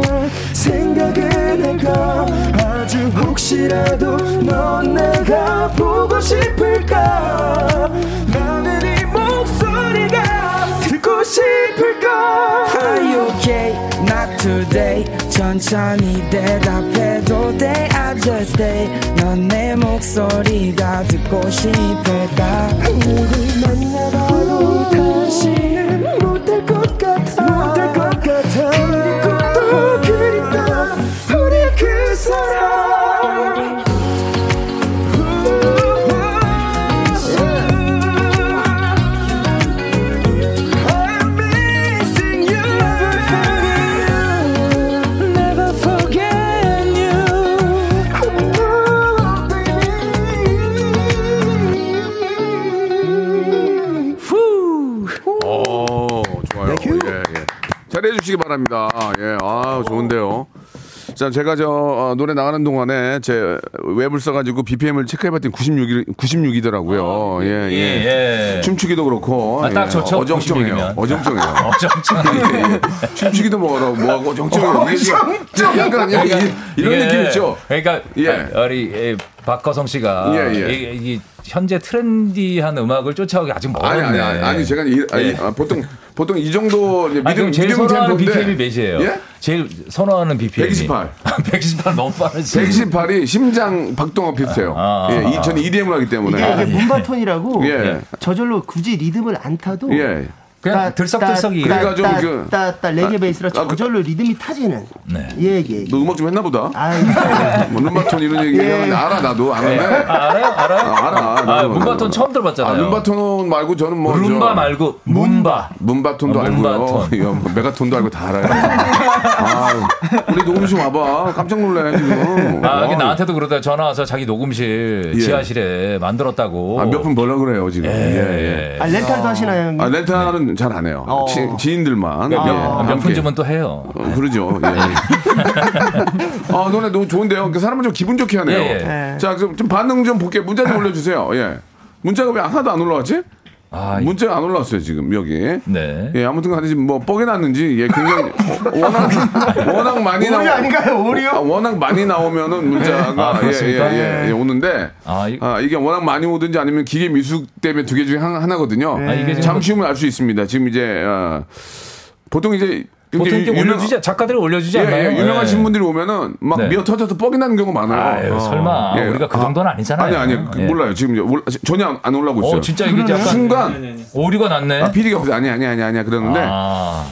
Speaker 9: 생각을 할까 아주 혹시라도 넌 내가 보고 싶을까 나는 이 목소리가 듣고 싶을까 Are you okay? Not today 천천히 대답해도 돼 I just stay 넌 내 목소리가 듣고 싶을까 우리 만나봐도 다시는 못할 것 같아 못할 것 같아 그리고 또 그립다 우리 그 사람 I'm missing you. Never forget you. Never forget you. Oh, baby.
Speaker 3: 오, 좋아요. 예, 예. 잘해 주시기 바랍니다. 예, 아 좋은데요. 자, 제가 저 어, 노래 나가는 동안에 제 웹을 써가지고 BPM을 체크해봤더니 96이 96이더라고요. 예,
Speaker 5: 예,
Speaker 3: 예.
Speaker 5: 예.
Speaker 3: 춤추기도 그렇고
Speaker 5: 아, 딱
Speaker 3: 예,
Speaker 5: 좋죠.
Speaker 3: 어정쩡해요.
Speaker 5: 96이면.
Speaker 3: 어정쩡해요.
Speaker 5: 어정쩡.
Speaker 3: 예, 예. 춤추기도 뭐라 뭐하고 어정쩡해요. 이게 지금 약간 약간 이- 이런
Speaker 5: 이게,
Speaker 3: 느낌 있죠.
Speaker 5: 그러니까
Speaker 3: 예.
Speaker 5: 아, 우리 예, 박거성 씨가
Speaker 3: 예, 예.
Speaker 5: 이- 이, 현재 트렌디한 음악을 쫓아오기 아직
Speaker 3: 아니
Speaker 5: 멀었네.
Speaker 3: 아니 아니, 아니 제가 이, 아니,
Speaker 5: 예.
Speaker 3: 아, 보통 보통 이 정도 이제
Speaker 5: 아니,
Speaker 3: 믿음
Speaker 5: 그럼 제일
Speaker 3: 믿음
Speaker 5: 선호하는
Speaker 3: 템포인데
Speaker 5: BPM이 몇이에요?
Speaker 3: 예?
Speaker 5: 제일 선호하는 BPM이
Speaker 3: 128.
Speaker 5: 128 너무 빠르지.
Speaker 3: 118이 심장 박동하고 비슷해요.
Speaker 5: 아,
Speaker 3: 예, 이- 저는 EDM을 하기 때문에.
Speaker 6: 이게, 이게 문바톤이라고
Speaker 3: 아, 예.
Speaker 6: 저절로 굳이 리듬을 안 타도
Speaker 3: 예.
Speaker 5: 그냥 들썩들썩이.
Speaker 3: 그러니까 좀 그-
Speaker 6: 따따 레게 베이스라
Speaker 3: 아, 그-
Speaker 6: 저절로 리듬이 타지는
Speaker 5: 네.
Speaker 6: 예예 예.
Speaker 3: 너 음악 좀 했나 보다.
Speaker 6: 아
Speaker 3: 뭐 룸바톤 이런 얘기 하는데 알아 나도 아는데.
Speaker 5: 아, 알아요? 알아요?
Speaker 3: 아, 알아.
Speaker 5: 아,
Speaker 3: 나도.
Speaker 5: 문바톤 처음 들어봤잖아요.
Speaker 3: 아, 룸바톤 말고 저는 뭐
Speaker 5: 룸바
Speaker 3: 저-
Speaker 5: 말고 문바.
Speaker 3: 문바톤도
Speaker 5: 아,
Speaker 3: 알고요.
Speaker 5: 문바톤.
Speaker 3: 예, 뭐 메가톤도 알고 다 알아요. 아, 우리 녹음 좀 와봐. 깜짝 놀래 지금.
Speaker 5: 아, 이게 나한테도 그러다 전화 와서 자기 녹음실
Speaker 3: 어. 예.
Speaker 5: 지하실에 만들었다고.
Speaker 3: 아, 몇분 벌려 그래요 지금. 예, 예.
Speaker 5: 예.
Speaker 6: 아, 렌탈도 하시나요? 형님?
Speaker 3: 아, 렌탈은 잘 안 해요.
Speaker 6: 어.
Speaker 3: 지, 지인들만.
Speaker 5: 몇,
Speaker 3: 예,
Speaker 5: 아, 몇
Speaker 3: 함께.
Speaker 5: 분 주면 또 해요.
Speaker 3: 어, 그러죠. 예. 아, 노래 너무 좋은데요. 그 사람은 좀 기분 좋게 하네요.
Speaker 5: 예,
Speaker 6: 예.
Speaker 3: 자, 그럼 좀 반응 좀 볼게요. 문자 좀 올려주세요. 예. 문자가 왜 하나도 안 올라왔지?
Speaker 5: 아,
Speaker 3: 문자 안 올라왔어요 지금 여기. 네. 예 아무튼 간에 지금 뭐 뻑이 났는지 예 굉장히 어, 워낙 워낙 많이
Speaker 6: 오류
Speaker 3: 나오-
Speaker 6: 아닌가요? 오류?
Speaker 3: 아, 워낙 많이 나오면은 문자가
Speaker 5: 아, 그렇습니까?
Speaker 3: 예, 예, 예, 예, 오는데 아, 이게 워낙 많이 오든지 아니면 기계 미숙 때문에 두 개 중에 하나, 거든요
Speaker 5: 아, 이게 지금-
Speaker 3: 잠시 후면 알 수 있습니다. 지금 이제 아, 보통 이제
Speaker 5: 보통 이렇게
Speaker 3: 유- 유명-
Speaker 5: 올려주지 작가들이 올려주지
Speaker 3: 예,
Speaker 5: 않나요?
Speaker 3: 예, 유명하신
Speaker 5: 네.
Speaker 3: 분들이 오면은 막
Speaker 5: 네.
Speaker 3: 미어 터져서 뻑이 나는 경우가 많아요. 어.
Speaker 5: 아유, 예, 설마. 우리가 그 정도는 아니잖아요.
Speaker 3: 예. 아니 아니 그-
Speaker 5: 예.
Speaker 3: 몰라요. 지금 이제 올라- 전혀 안, 안 올라오고 있어요.
Speaker 5: 어, 진짜 이게 약간
Speaker 3: 순간
Speaker 5: 오류가 네, 났네.
Speaker 3: 아, PD가 없어. 아니, 아니, 아니, 아니야. 그러는데.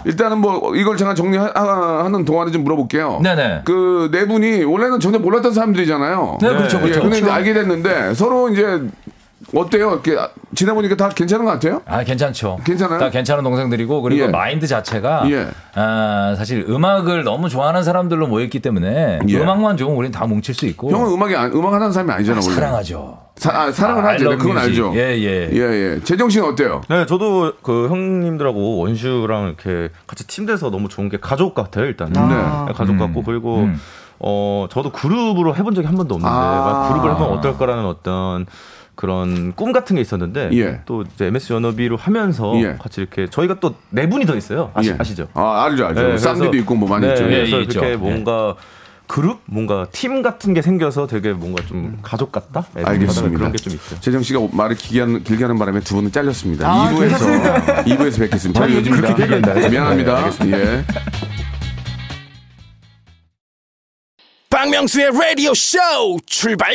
Speaker 3: 일단은 뭐, 이걸 잠깐 정리하는 동안에 좀 물어볼게요.
Speaker 5: 네네.
Speaker 3: 그, 네 분이 원래는 전혀 몰랐던 사람들이잖아요.
Speaker 5: 네, 그렇죠,
Speaker 3: 예,
Speaker 5: 그렇죠.
Speaker 3: 근데 이제
Speaker 5: 그렇죠.
Speaker 3: 알게 됐는데 서로 이제 어때요? 이렇게 지내보니까 다 괜찮은 것 같아요?
Speaker 5: 아 괜찮죠.
Speaker 3: 괜찮아요?
Speaker 5: 다 괜찮은 동생들이고 그리고
Speaker 3: 예.
Speaker 5: 마인드 자체가
Speaker 3: 예.
Speaker 5: 아, 사실 음악을 너무 좋아하는 사람들로 모였기 때문에
Speaker 3: 예.
Speaker 5: 음악만 좋으면 우리는 다 뭉칠 수 있고.
Speaker 3: 형은 음악이, 안- 음악 하는 사람이 아니잖아,
Speaker 5: 아,
Speaker 3: 원래.
Speaker 5: 사랑하죠.
Speaker 3: 사, 아, 사랑을
Speaker 5: 아,
Speaker 3: 하지.
Speaker 5: I
Speaker 3: 네,
Speaker 5: love
Speaker 3: 그건
Speaker 5: music.
Speaker 3: 알죠.
Speaker 5: 예, 예.
Speaker 3: 예, 예. 재정 씨는 어때요?
Speaker 8: 네, 저도 그 형님들하고 원슈랑 이렇게 같이 팀 돼서 너무 좋은 게 가족 같아요, 일단.
Speaker 3: 아. 음.
Speaker 8: 네. 가족 같고 그리고 어 저도 그룹으로 해본 적이 한 번도 없는데
Speaker 3: 아.
Speaker 8: 막 그룹을 해보면 어떨까라는 어떤 그런 꿈 같은 게 있었는데
Speaker 3: 예.
Speaker 8: 또 이제 MS 연어비로 하면서
Speaker 3: 예.
Speaker 8: 같이 이렇게 저희가 또 네 분이 더 있어요. 아시,
Speaker 3: 예.
Speaker 8: 아시죠?
Speaker 3: 아, 알죠, 알죠.
Speaker 8: 네,
Speaker 3: 쌍디도
Speaker 8: 그래서-
Speaker 3: 있고 뭐 많이
Speaker 8: 네,
Speaker 3: 있죠.
Speaker 8: 그래서
Speaker 5: 예,
Speaker 8: 이렇게
Speaker 5: 있죠.
Speaker 8: 뭔가 그룹 뭔가 팀 같은 게 생겨서 되게 뭔가 좀 가족 같다. 애들 같다?
Speaker 3: 알겠습니다.
Speaker 8: 그런 게 좀 있죠.
Speaker 3: 재정 씨가 말을 길게 하는, 길게 하는 바람에 두 분은 잘렸습니다.
Speaker 8: 아,
Speaker 3: 2부에서 2부에서 뵙겠습니다.
Speaker 8: 저희 요즘
Speaker 3: 미안합니다.
Speaker 8: 그렇게 얘기한다.
Speaker 3: 미안합니다.
Speaker 8: 네, 알겠습니다.
Speaker 3: 예.
Speaker 2: 박명수의 라디오 쇼 출발.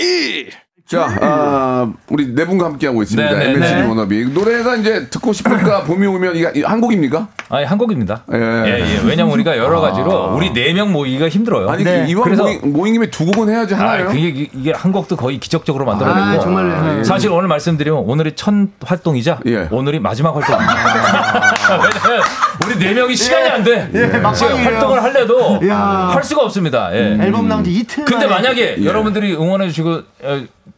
Speaker 3: 자,
Speaker 5: 음.
Speaker 3: 아, 우리 네 분과 함께 하고 있습니다.
Speaker 5: 네, 네,
Speaker 3: MSG
Speaker 5: 네.
Speaker 3: 워너비 노래가 이제 듣고 싶을까 봄이 오면 이게 한 곡입니까?
Speaker 5: 아니 한 곡입니다.
Speaker 3: 예. 아.
Speaker 5: 예, 예. 왜냐면 우리가 여러 가지로 우리 네 명 모이기가 힘들어요.
Speaker 3: 아니 그
Speaker 5: 네.
Speaker 3: 이왕 모인, 모인 김에 두 곡은 해야지 하나요?
Speaker 5: 아, 그게 이- 이게 한 곡도 거의 기적적으로 만들어냈고
Speaker 3: 아, 정말요? 예.
Speaker 5: 사실 오늘 말씀드리면 오늘이 첫 활동이자 오늘이 마지막
Speaker 3: 아.
Speaker 5: 활동입니다. 왜냐면 우리 네 명이 시간이 안 돼.
Speaker 6: 예,
Speaker 5: 지금
Speaker 6: 막방이에요.
Speaker 5: 활동을 하려도
Speaker 3: 예.
Speaker 6: 이야.
Speaker 5: 할 수가 없습니다. 예.
Speaker 3: 음.
Speaker 6: 앨범 나온 지 이틀.
Speaker 5: 근데
Speaker 6: 만에
Speaker 3: 예.
Speaker 5: 만약에 여러분들이 응원해 주시고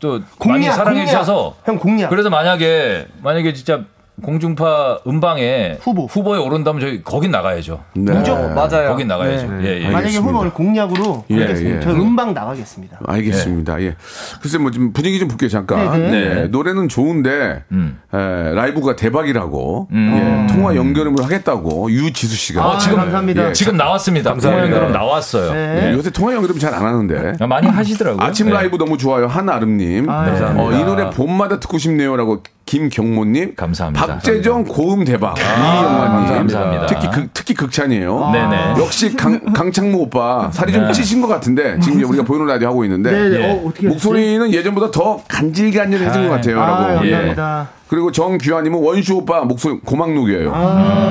Speaker 5: 또 많이
Speaker 6: 공략,
Speaker 5: 사랑해
Speaker 6: 공략.
Speaker 5: 주셔서
Speaker 6: 형 공략.
Speaker 5: 그래서 만약에 만약에 진짜 공중파 음방에 후보 후보에 오른다면 저희 거긴 나가야죠.
Speaker 3: 네. 무조건, 맞아요.
Speaker 5: 거긴 나가야죠.
Speaker 3: 네.
Speaker 5: 예, 예.
Speaker 6: 만약에 후보를 공략으로
Speaker 3: 예,
Speaker 6: 하겠습니다.
Speaker 3: 예.
Speaker 6: 저 음방 나가겠습니다.
Speaker 5: 네.
Speaker 3: 알겠습니다. 예. 글쎄 뭐 좀 분위기 좀 볼게요 잠깐.
Speaker 6: 네, 네.
Speaker 3: 예, 노래는 좋은데
Speaker 5: 음.
Speaker 3: 에, 라이브가 대박이라고 예, 통화 연결음을 하겠다고 유지수 씨가.
Speaker 5: 아, 지금 감사합니다. 지금 나왔습니다.
Speaker 3: 감사합니다.
Speaker 5: 통화 연결음 나왔어요. 네.
Speaker 3: 예, 요새 통화 연결음 잘 안 하는데.
Speaker 5: 많이 하시더라고요.
Speaker 3: 아침
Speaker 5: 네.
Speaker 3: 라이브 너무 좋아요. 한아름님.
Speaker 5: 아, 네. 감사합니다.
Speaker 3: 어, 이 노래 봄마다 듣고 싶네요라고 김경모님. 감사합니다. 박재정 고음 대박. 이영환님.
Speaker 5: 감사합니다.
Speaker 3: 특히 극, 특히 극찬이에요.
Speaker 5: 아. 네네.
Speaker 3: 역시 강, 강창모 오빠 살이 좀
Speaker 5: 네. 예.
Speaker 3: 찌신 것 같은데 지금 이제 우리가 보이는 라디오 하고 있는데
Speaker 6: 네네. 어, 어떻게
Speaker 3: 목소리는 예전보다 더 간질간질해진 것 같아요.
Speaker 6: 아,
Speaker 3: 라고. 예.
Speaker 5: 예.
Speaker 6: 감사합니다.
Speaker 3: 그리고 정규환님은 원슈 오빠 목소리 고막록이에요.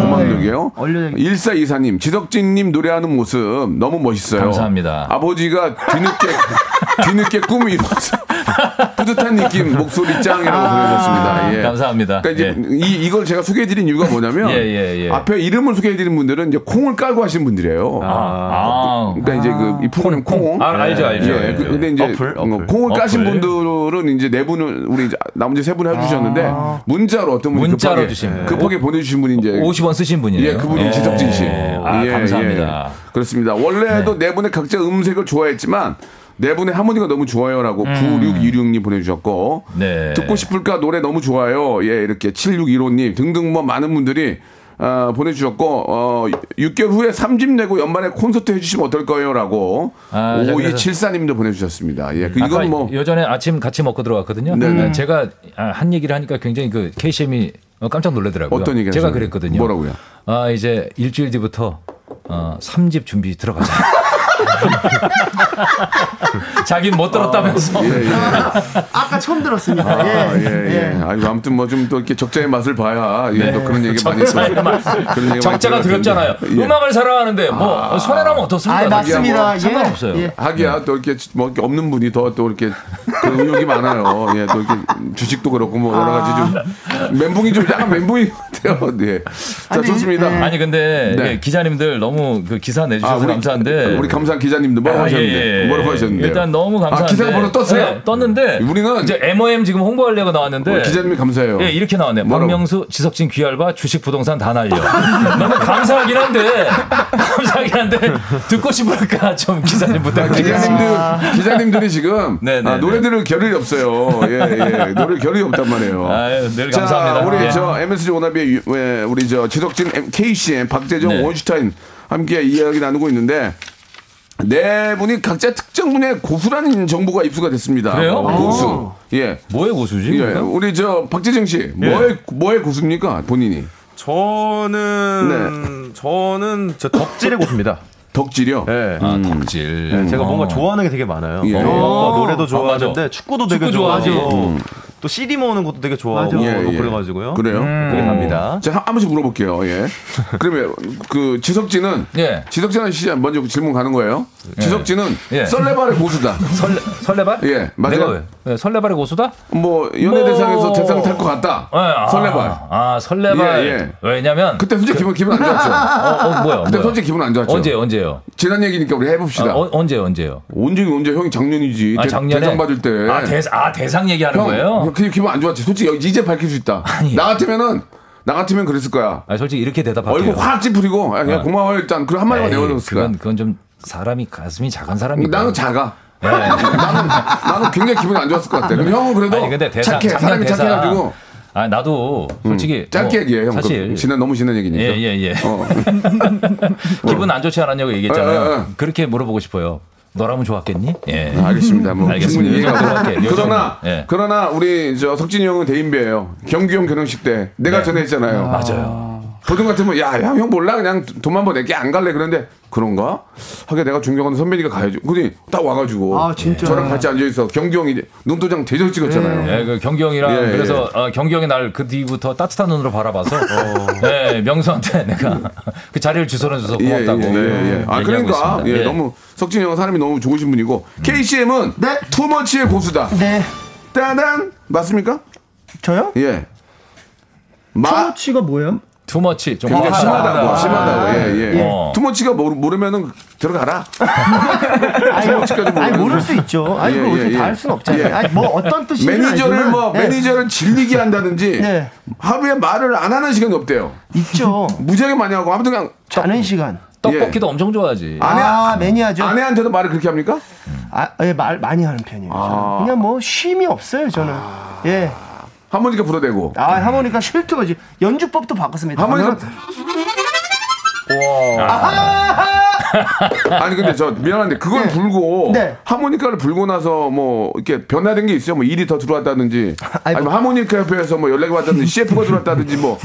Speaker 3: 고막록이에요. 일사이사님 지석진님 노래하는 모습 너무 멋있어요.
Speaker 5: 감사합니다.
Speaker 3: 아버지가 뒤늦게 뒤늦게 꿈을 이뤘어. 뿌듯한 느낌 목소리 짱이라고 보내줬습니다. 예.
Speaker 5: 감사합니다.
Speaker 3: 그러니까 이제 이, 이걸 제가 소개해드린 이유가 뭐냐면
Speaker 5: 예, 예, 예.
Speaker 3: 앞에 이름을 소개해드린 분들은 이제 콩을 깔고 하신 분들이에요.
Speaker 5: 아.
Speaker 3: 그러니까 이제 그 이 프로그램 콩.
Speaker 5: 아, 알죠, 알죠,
Speaker 3: 예.
Speaker 5: 알죠.
Speaker 3: 그- 근데 이제
Speaker 5: 어플, 어플.
Speaker 3: 콩을 까신
Speaker 5: 어플.
Speaker 3: 분들은 이제 네 분을 우리 이제 나머지 세 분 해주셨는데 문자로 어떤 분이
Speaker 5: 아. 문자로
Speaker 3: 급하게
Speaker 5: 주신
Speaker 3: 급하게 보내주신 분이 이제
Speaker 5: 50원 쓰신 분이에요.
Speaker 3: 예, 그분이
Speaker 5: 예.
Speaker 3: 지석진 씨.
Speaker 5: 아,
Speaker 3: 예,
Speaker 5: 감사합니다.
Speaker 3: 예. 그렇습니다. 원래도 네. 분의 각자 음색을 좋아했지만 네 분의 하모니가 너무 좋아요라고
Speaker 5: 음.
Speaker 3: 9626님 보내주셨고
Speaker 5: 네.
Speaker 3: 듣고 싶을까 노래 너무 좋아요. 예, 이렇게 7615님 등등 뭐 많은 분들이 아, 보내주셨고 어, 6개월 후에 3집 내고 연말에 콘서트 해주시면 어떨 거예요라고
Speaker 5: 아, 자, 그래서-
Speaker 3: 5274님도 보내주셨습니다. 예, 그
Speaker 5: 아까
Speaker 3: 이건 뭐
Speaker 5: 예전에 아침 같이 먹고 들어갔거든요.
Speaker 3: 네, 네.
Speaker 5: 제가 아, 한 얘기를 하니까 굉장히 그 KCM이 깜짝 놀라더라고요.
Speaker 3: 어떤 얘기
Speaker 5: 제가 그랬거든요.
Speaker 3: 뭐라고요?
Speaker 5: 아 이제 일주일 뒤부터 어, 3집 준비 들어가자. 자긴 못 들었다면서.
Speaker 3: 예,
Speaker 6: 아까 처음 들었습니다.
Speaker 3: 아,
Speaker 6: 예.
Speaker 3: 예, 예. 아유, 아무튼 뭐 좀 또 이렇게 적자의 맛을 봐야 예,
Speaker 5: 네.
Speaker 3: 또 그런 얘기 많이
Speaker 5: 적자의
Speaker 3: 들어요.
Speaker 5: 맛.
Speaker 3: 그런 얘기
Speaker 5: 적자가
Speaker 3: 많이 들었을
Speaker 5: 두렵잖아요.
Speaker 3: 텐데. 예.
Speaker 5: 음악을 사랑하는데 뭐 손해라면 어떻습니까?
Speaker 6: 아, 맞습니다.
Speaker 5: 뭐
Speaker 6: 예.
Speaker 5: 상관없어요.
Speaker 6: 예.
Speaker 3: 하기야 또 이렇게 뭐 이렇게 없는 분이 더 또 이렇게 그 의욕이 많아요. 예, 또 이렇게 주식도 그렇고 뭐 여러 가지 좀 멘붕이 좀 약간 멘붕이 아. 같아요. 예. 자 좋습니다.
Speaker 5: 아니 근데
Speaker 3: 네.
Speaker 5: 이게 기자님들 너무 그 기사 내주셔서
Speaker 3: 아, 우리-
Speaker 5: 감사한데 아, 예,
Speaker 3: 우리 감사한 기자님도 뭐라고 하셨는데 뭐라고 하셨는데
Speaker 5: 일단 너무 감사한데.
Speaker 3: 아, 기사가 바로 떴어요? 음.
Speaker 5: 네, 떴는데
Speaker 3: 우리는
Speaker 5: 이제 MOM 지금 홍보하려고 나왔는데
Speaker 3: 어, 기자님이 감사해요.
Speaker 5: 예, 이렇게 나왔네요.
Speaker 3: 뭐라고?
Speaker 5: 박명수, 지석진, 귀알바, 주식, 부동산 다 날려. 너무 감사하긴 한데 감사하긴 한데 듣고 싶으니까 좀 기사님
Speaker 3: 아, 기자님들
Speaker 5: 부탁드리겠습니다.
Speaker 3: 기자님들이 지금
Speaker 5: 네, 네,
Speaker 3: 아,
Speaker 5: 네.
Speaker 3: 노래 들을 겨를이 없어요. 예, 예. 노래 겨를이 없단 말이에요.
Speaker 5: 아유, 늘
Speaker 3: 자,
Speaker 5: 감사합니다.
Speaker 3: 우리
Speaker 5: 예.
Speaker 3: 저 MSG 워너비의 유- 예, 우리 저 지석진 M- KCM 박재정
Speaker 5: 네.
Speaker 3: 원슈타인 함께 이야기 나누고 있는데 네 분이 각자 특정 분야의 고수라는 정보가 입수가 됐습니다. 어,
Speaker 5: 그래요? 아.
Speaker 3: 고수. 예.
Speaker 5: 뭐의 고수지?
Speaker 3: 예.
Speaker 5: 그러니까?
Speaker 3: 우리 저 박재정
Speaker 5: 예.
Speaker 3: 씨 뭐의 뭐의 고수입니까? 본인이. 네.
Speaker 8: 저는 저는 저 덕질의 고수입니다.
Speaker 3: 덕질이요?
Speaker 8: 예.
Speaker 5: 아, 덕질.
Speaker 8: 네, 제가 뭔가
Speaker 5: 어.
Speaker 8: 좋아하는 게 되게 많아요.
Speaker 3: 예.
Speaker 8: 어, 노래도 좋아하는데
Speaker 5: 맞아.
Speaker 8: 축구도 되게
Speaker 5: 축구 좋아하지.
Speaker 8: 좋아하고 또 CD 모으는 것도 되게 좋아하고
Speaker 3: 음.
Speaker 8: 뭐
Speaker 3: 맞아. 예, 예.
Speaker 8: 그래가지고요. 음.
Speaker 3: 그래요? 어.
Speaker 8: 그게 갑니다.
Speaker 3: 자, 한, 한 번씩 물어볼게요. 예. 그러면 그 지석진은
Speaker 5: 예.
Speaker 3: 지석진 씨 먼저 질문 가는 거예요. 지석진은
Speaker 5: 예.
Speaker 3: 썰레발의 고수다.
Speaker 5: 설레, 설레발?
Speaker 3: 예, 맞아요.
Speaker 5: 내가 왜? 네, 설레발의 고수다?
Speaker 3: 뭐 연예
Speaker 5: 뭐-
Speaker 3: 대상에서 대상 탈 것 같다.
Speaker 5: 예, 아,
Speaker 3: 설레발.
Speaker 5: 아,
Speaker 3: 예,
Speaker 5: 설레발.
Speaker 3: 예.
Speaker 5: 왜냐면
Speaker 3: 그때 솔직히 기분 기분 안 좋았죠.
Speaker 5: 어, 어, 뭐야?
Speaker 3: 그때
Speaker 5: 뭐야?
Speaker 3: 솔직히 기분 안 좋았죠.
Speaker 5: 언제 언제요?
Speaker 3: 지난 얘기니까 우리
Speaker 5: 아,
Speaker 3: 해봅시다.
Speaker 5: 어, 언제 언제요?
Speaker 3: 언제 언제 형이 작년이지.
Speaker 5: 아
Speaker 3: 대-
Speaker 5: 작년에
Speaker 3: 대상 받을 때.
Speaker 5: 아, 대상, 아 대상 얘기하는
Speaker 3: 형,
Speaker 5: 거예요?
Speaker 3: 그 기분 안 좋았지. 솔직히 이제 밝힐 수 있다.
Speaker 5: 아니에요.
Speaker 3: 나 같으면은 나 같으면 그랬을 거야.
Speaker 5: 아 솔직히 이렇게 대답할게요.
Speaker 3: 얼굴 확 찌푸리고 아, 그냥
Speaker 5: 어.
Speaker 3: 고마워 일단 그런 한마디만
Speaker 5: 에이,
Speaker 3: 내버렸을 거야.
Speaker 5: 그건 그건 좀 사람이 가슴이 작은 사람이다.
Speaker 3: 나는 작아.
Speaker 5: 예.
Speaker 3: 나는 나는 굉장히 기분이 안 좋았을 것 같아. 근데 형은 그래도
Speaker 5: 아니 근데 대상
Speaker 3: 착해.
Speaker 5: 작년
Speaker 3: 사람이
Speaker 5: 대상.
Speaker 3: 착해가지고 음.
Speaker 5: 아 나도 솔직히
Speaker 3: 짧게
Speaker 5: 뭐,
Speaker 3: 얘기해 형.
Speaker 5: 사실
Speaker 3: 그 지난 너무 지난 얘기니까.
Speaker 5: 예, 예, 예.
Speaker 3: 어.
Speaker 5: 기분 안 좋지 않았냐고
Speaker 3: 어, 어,
Speaker 5: 얘기했잖아요.
Speaker 3: 어.
Speaker 5: 그렇게 물어보고 싶어요. 너라면 좋았겠니? 예.
Speaker 3: 알겠습니다. 뭐
Speaker 5: 알겠습니다.
Speaker 3: 충분히
Speaker 5: 요 정도로
Speaker 3: 얘기하고.
Speaker 5: 할게요. 요
Speaker 3: 그러나
Speaker 5: 정도. 예.
Speaker 3: 그러나 우리 저 석진이 형은 대인배예요. 경규 형 결혼식 때 내가
Speaker 5: 네.
Speaker 3: 전화했잖아요.
Speaker 5: 맞아요.
Speaker 3: 보통 같으면 야형 몰라 그냥 돈만 번 내게 안 갈래 그런데 그런가? 하게 내가 존경하는 선배니까 가야죠. 그니 딱 와가지고
Speaker 6: 아, 진짜.
Speaker 3: 저랑 같이 앉아 있어. 경규 형이 눈도장 제대로 찍었잖아요.
Speaker 5: 예, 그 경기 형이랑
Speaker 3: 예, 예.
Speaker 5: 그래서 어, 경기 형이 날 그 뒤부터 따뜻한 눈으로 바라봐서 예, 명수한테 내가 그 자리를 주소는 줘서 고맙다고.
Speaker 3: 어. 예, 예, 예. 아
Speaker 5: 얘기하고
Speaker 3: 그러니까
Speaker 5: 있습니다.
Speaker 3: 예, 음. 너무 석진이 형은 사람이 너무 좋으신 분이고 KCM은
Speaker 6: 네.
Speaker 3: 투머치의 고수다.
Speaker 6: 네.
Speaker 3: 따단 맞습니까?
Speaker 6: 저요?
Speaker 3: 예. 마
Speaker 6: 투머치가 뭐예요?
Speaker 5: 투머치 좀
Speaker 3: 굉장히
Speaker 5: 과하다.
Speaker 3: 심하다고 심하다고 아, 예예
Speaker 5: 어.
Speaker 3: 투머치가 모르, 모르면은 들어가라
Speaker 6: 아,
Speaker 3: 투머치까지 네, 모르면
Speaker 6: 아니 모를 수 있죠. 아니
Speaker 3: 예,
Speaker 6: 그걸
Speaker 3: 예,
Speaker 6: 어떻게 다
Speaker 3: 예.
Speaker 6: 할 수는 없잖아요.
Speaker 3: 예.
Speaker 6: 아니 뭐 어떤 뜻인지
Speaker 3: 매니저를
Speaker 6: 알지만,
Speaker 3: 뭐
Speaker 6: 네,
Speaker 3: 매니저를 질리게 한다든지
Speaker 6: 네.
Speaker 3: 하루에 말을 안 하는 시간이 없대요
Speaker 6: 있죠.
Speaker 3: 무지하게 많이 하고 아무튼 그냥
Speaker 6: 자는 시간.
Speaker 5: 떡볶이도 엄청 좋아하지.
Speaker 3: 아내-
Speaker 6: 아, 매니아죠.
Speaker 3: 아내한테도 말을 그렇게 합니까?
Speaker 6: 아, 예, 말 많이 하는 편이에요.
Speaker 3: 아.
Speaker 6: 저는. 그냥 뭐 쉼이 없어요, 저는. 예.
Speaker 3: 하모니카 불어대고
Speaker 6: 아, 하모니카 쉴트가 이제 연주법도 바꿨습니다.
Speaker 3: 하모니카 와 아니 근데 저 미안한데 그걸
Speaker 6: 네.
Speaker 3: 불고
Speaker 6: 네.
Speaker 3: 하모니카를 불고 나서 뭐 이렇게 변화된 게 있어요 뭐 일이 더 들어왔다든지
Speaker 6: 아니,
Speaker 3: 아니면 하모니카 협회에서 뭐 연락이 왔다든지 CF가 들어왔다든지 뭐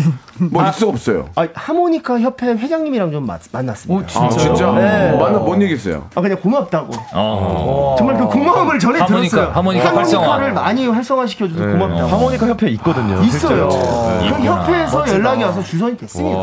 Speaker 3: 뭐 있어 없어요
Speaker 6: 아, 하모니카 협회 회장님이랑 좀 마- 만났습니다.
Speaker 3: 아 진짜
Speaker 6: 네.
Speaker 3: 어, 만나 뭔 얘기 있어요
Speaker 6: 아, 그냥 고맙다고.
Speaker 5: 어.
Speaker 6: 정말 그 고마움을 전해
Speaker 5: 하모니카,
Speaker 6: 들었어요.
Speaker 5: 하모니카
Speaker 6: 를
Speaker 5: 활성화.
Speaker 6: 많이 활성화시켜 줘서 고맙다고.
Speaker 8: 하모니카 협회 있거든요.
Speaker 3: 아,
Speaker 6: 있어요. 그
Speaker 5: 있구나.
Speaker 6: 협회에서 연락이 와서 주선이 됐습니다.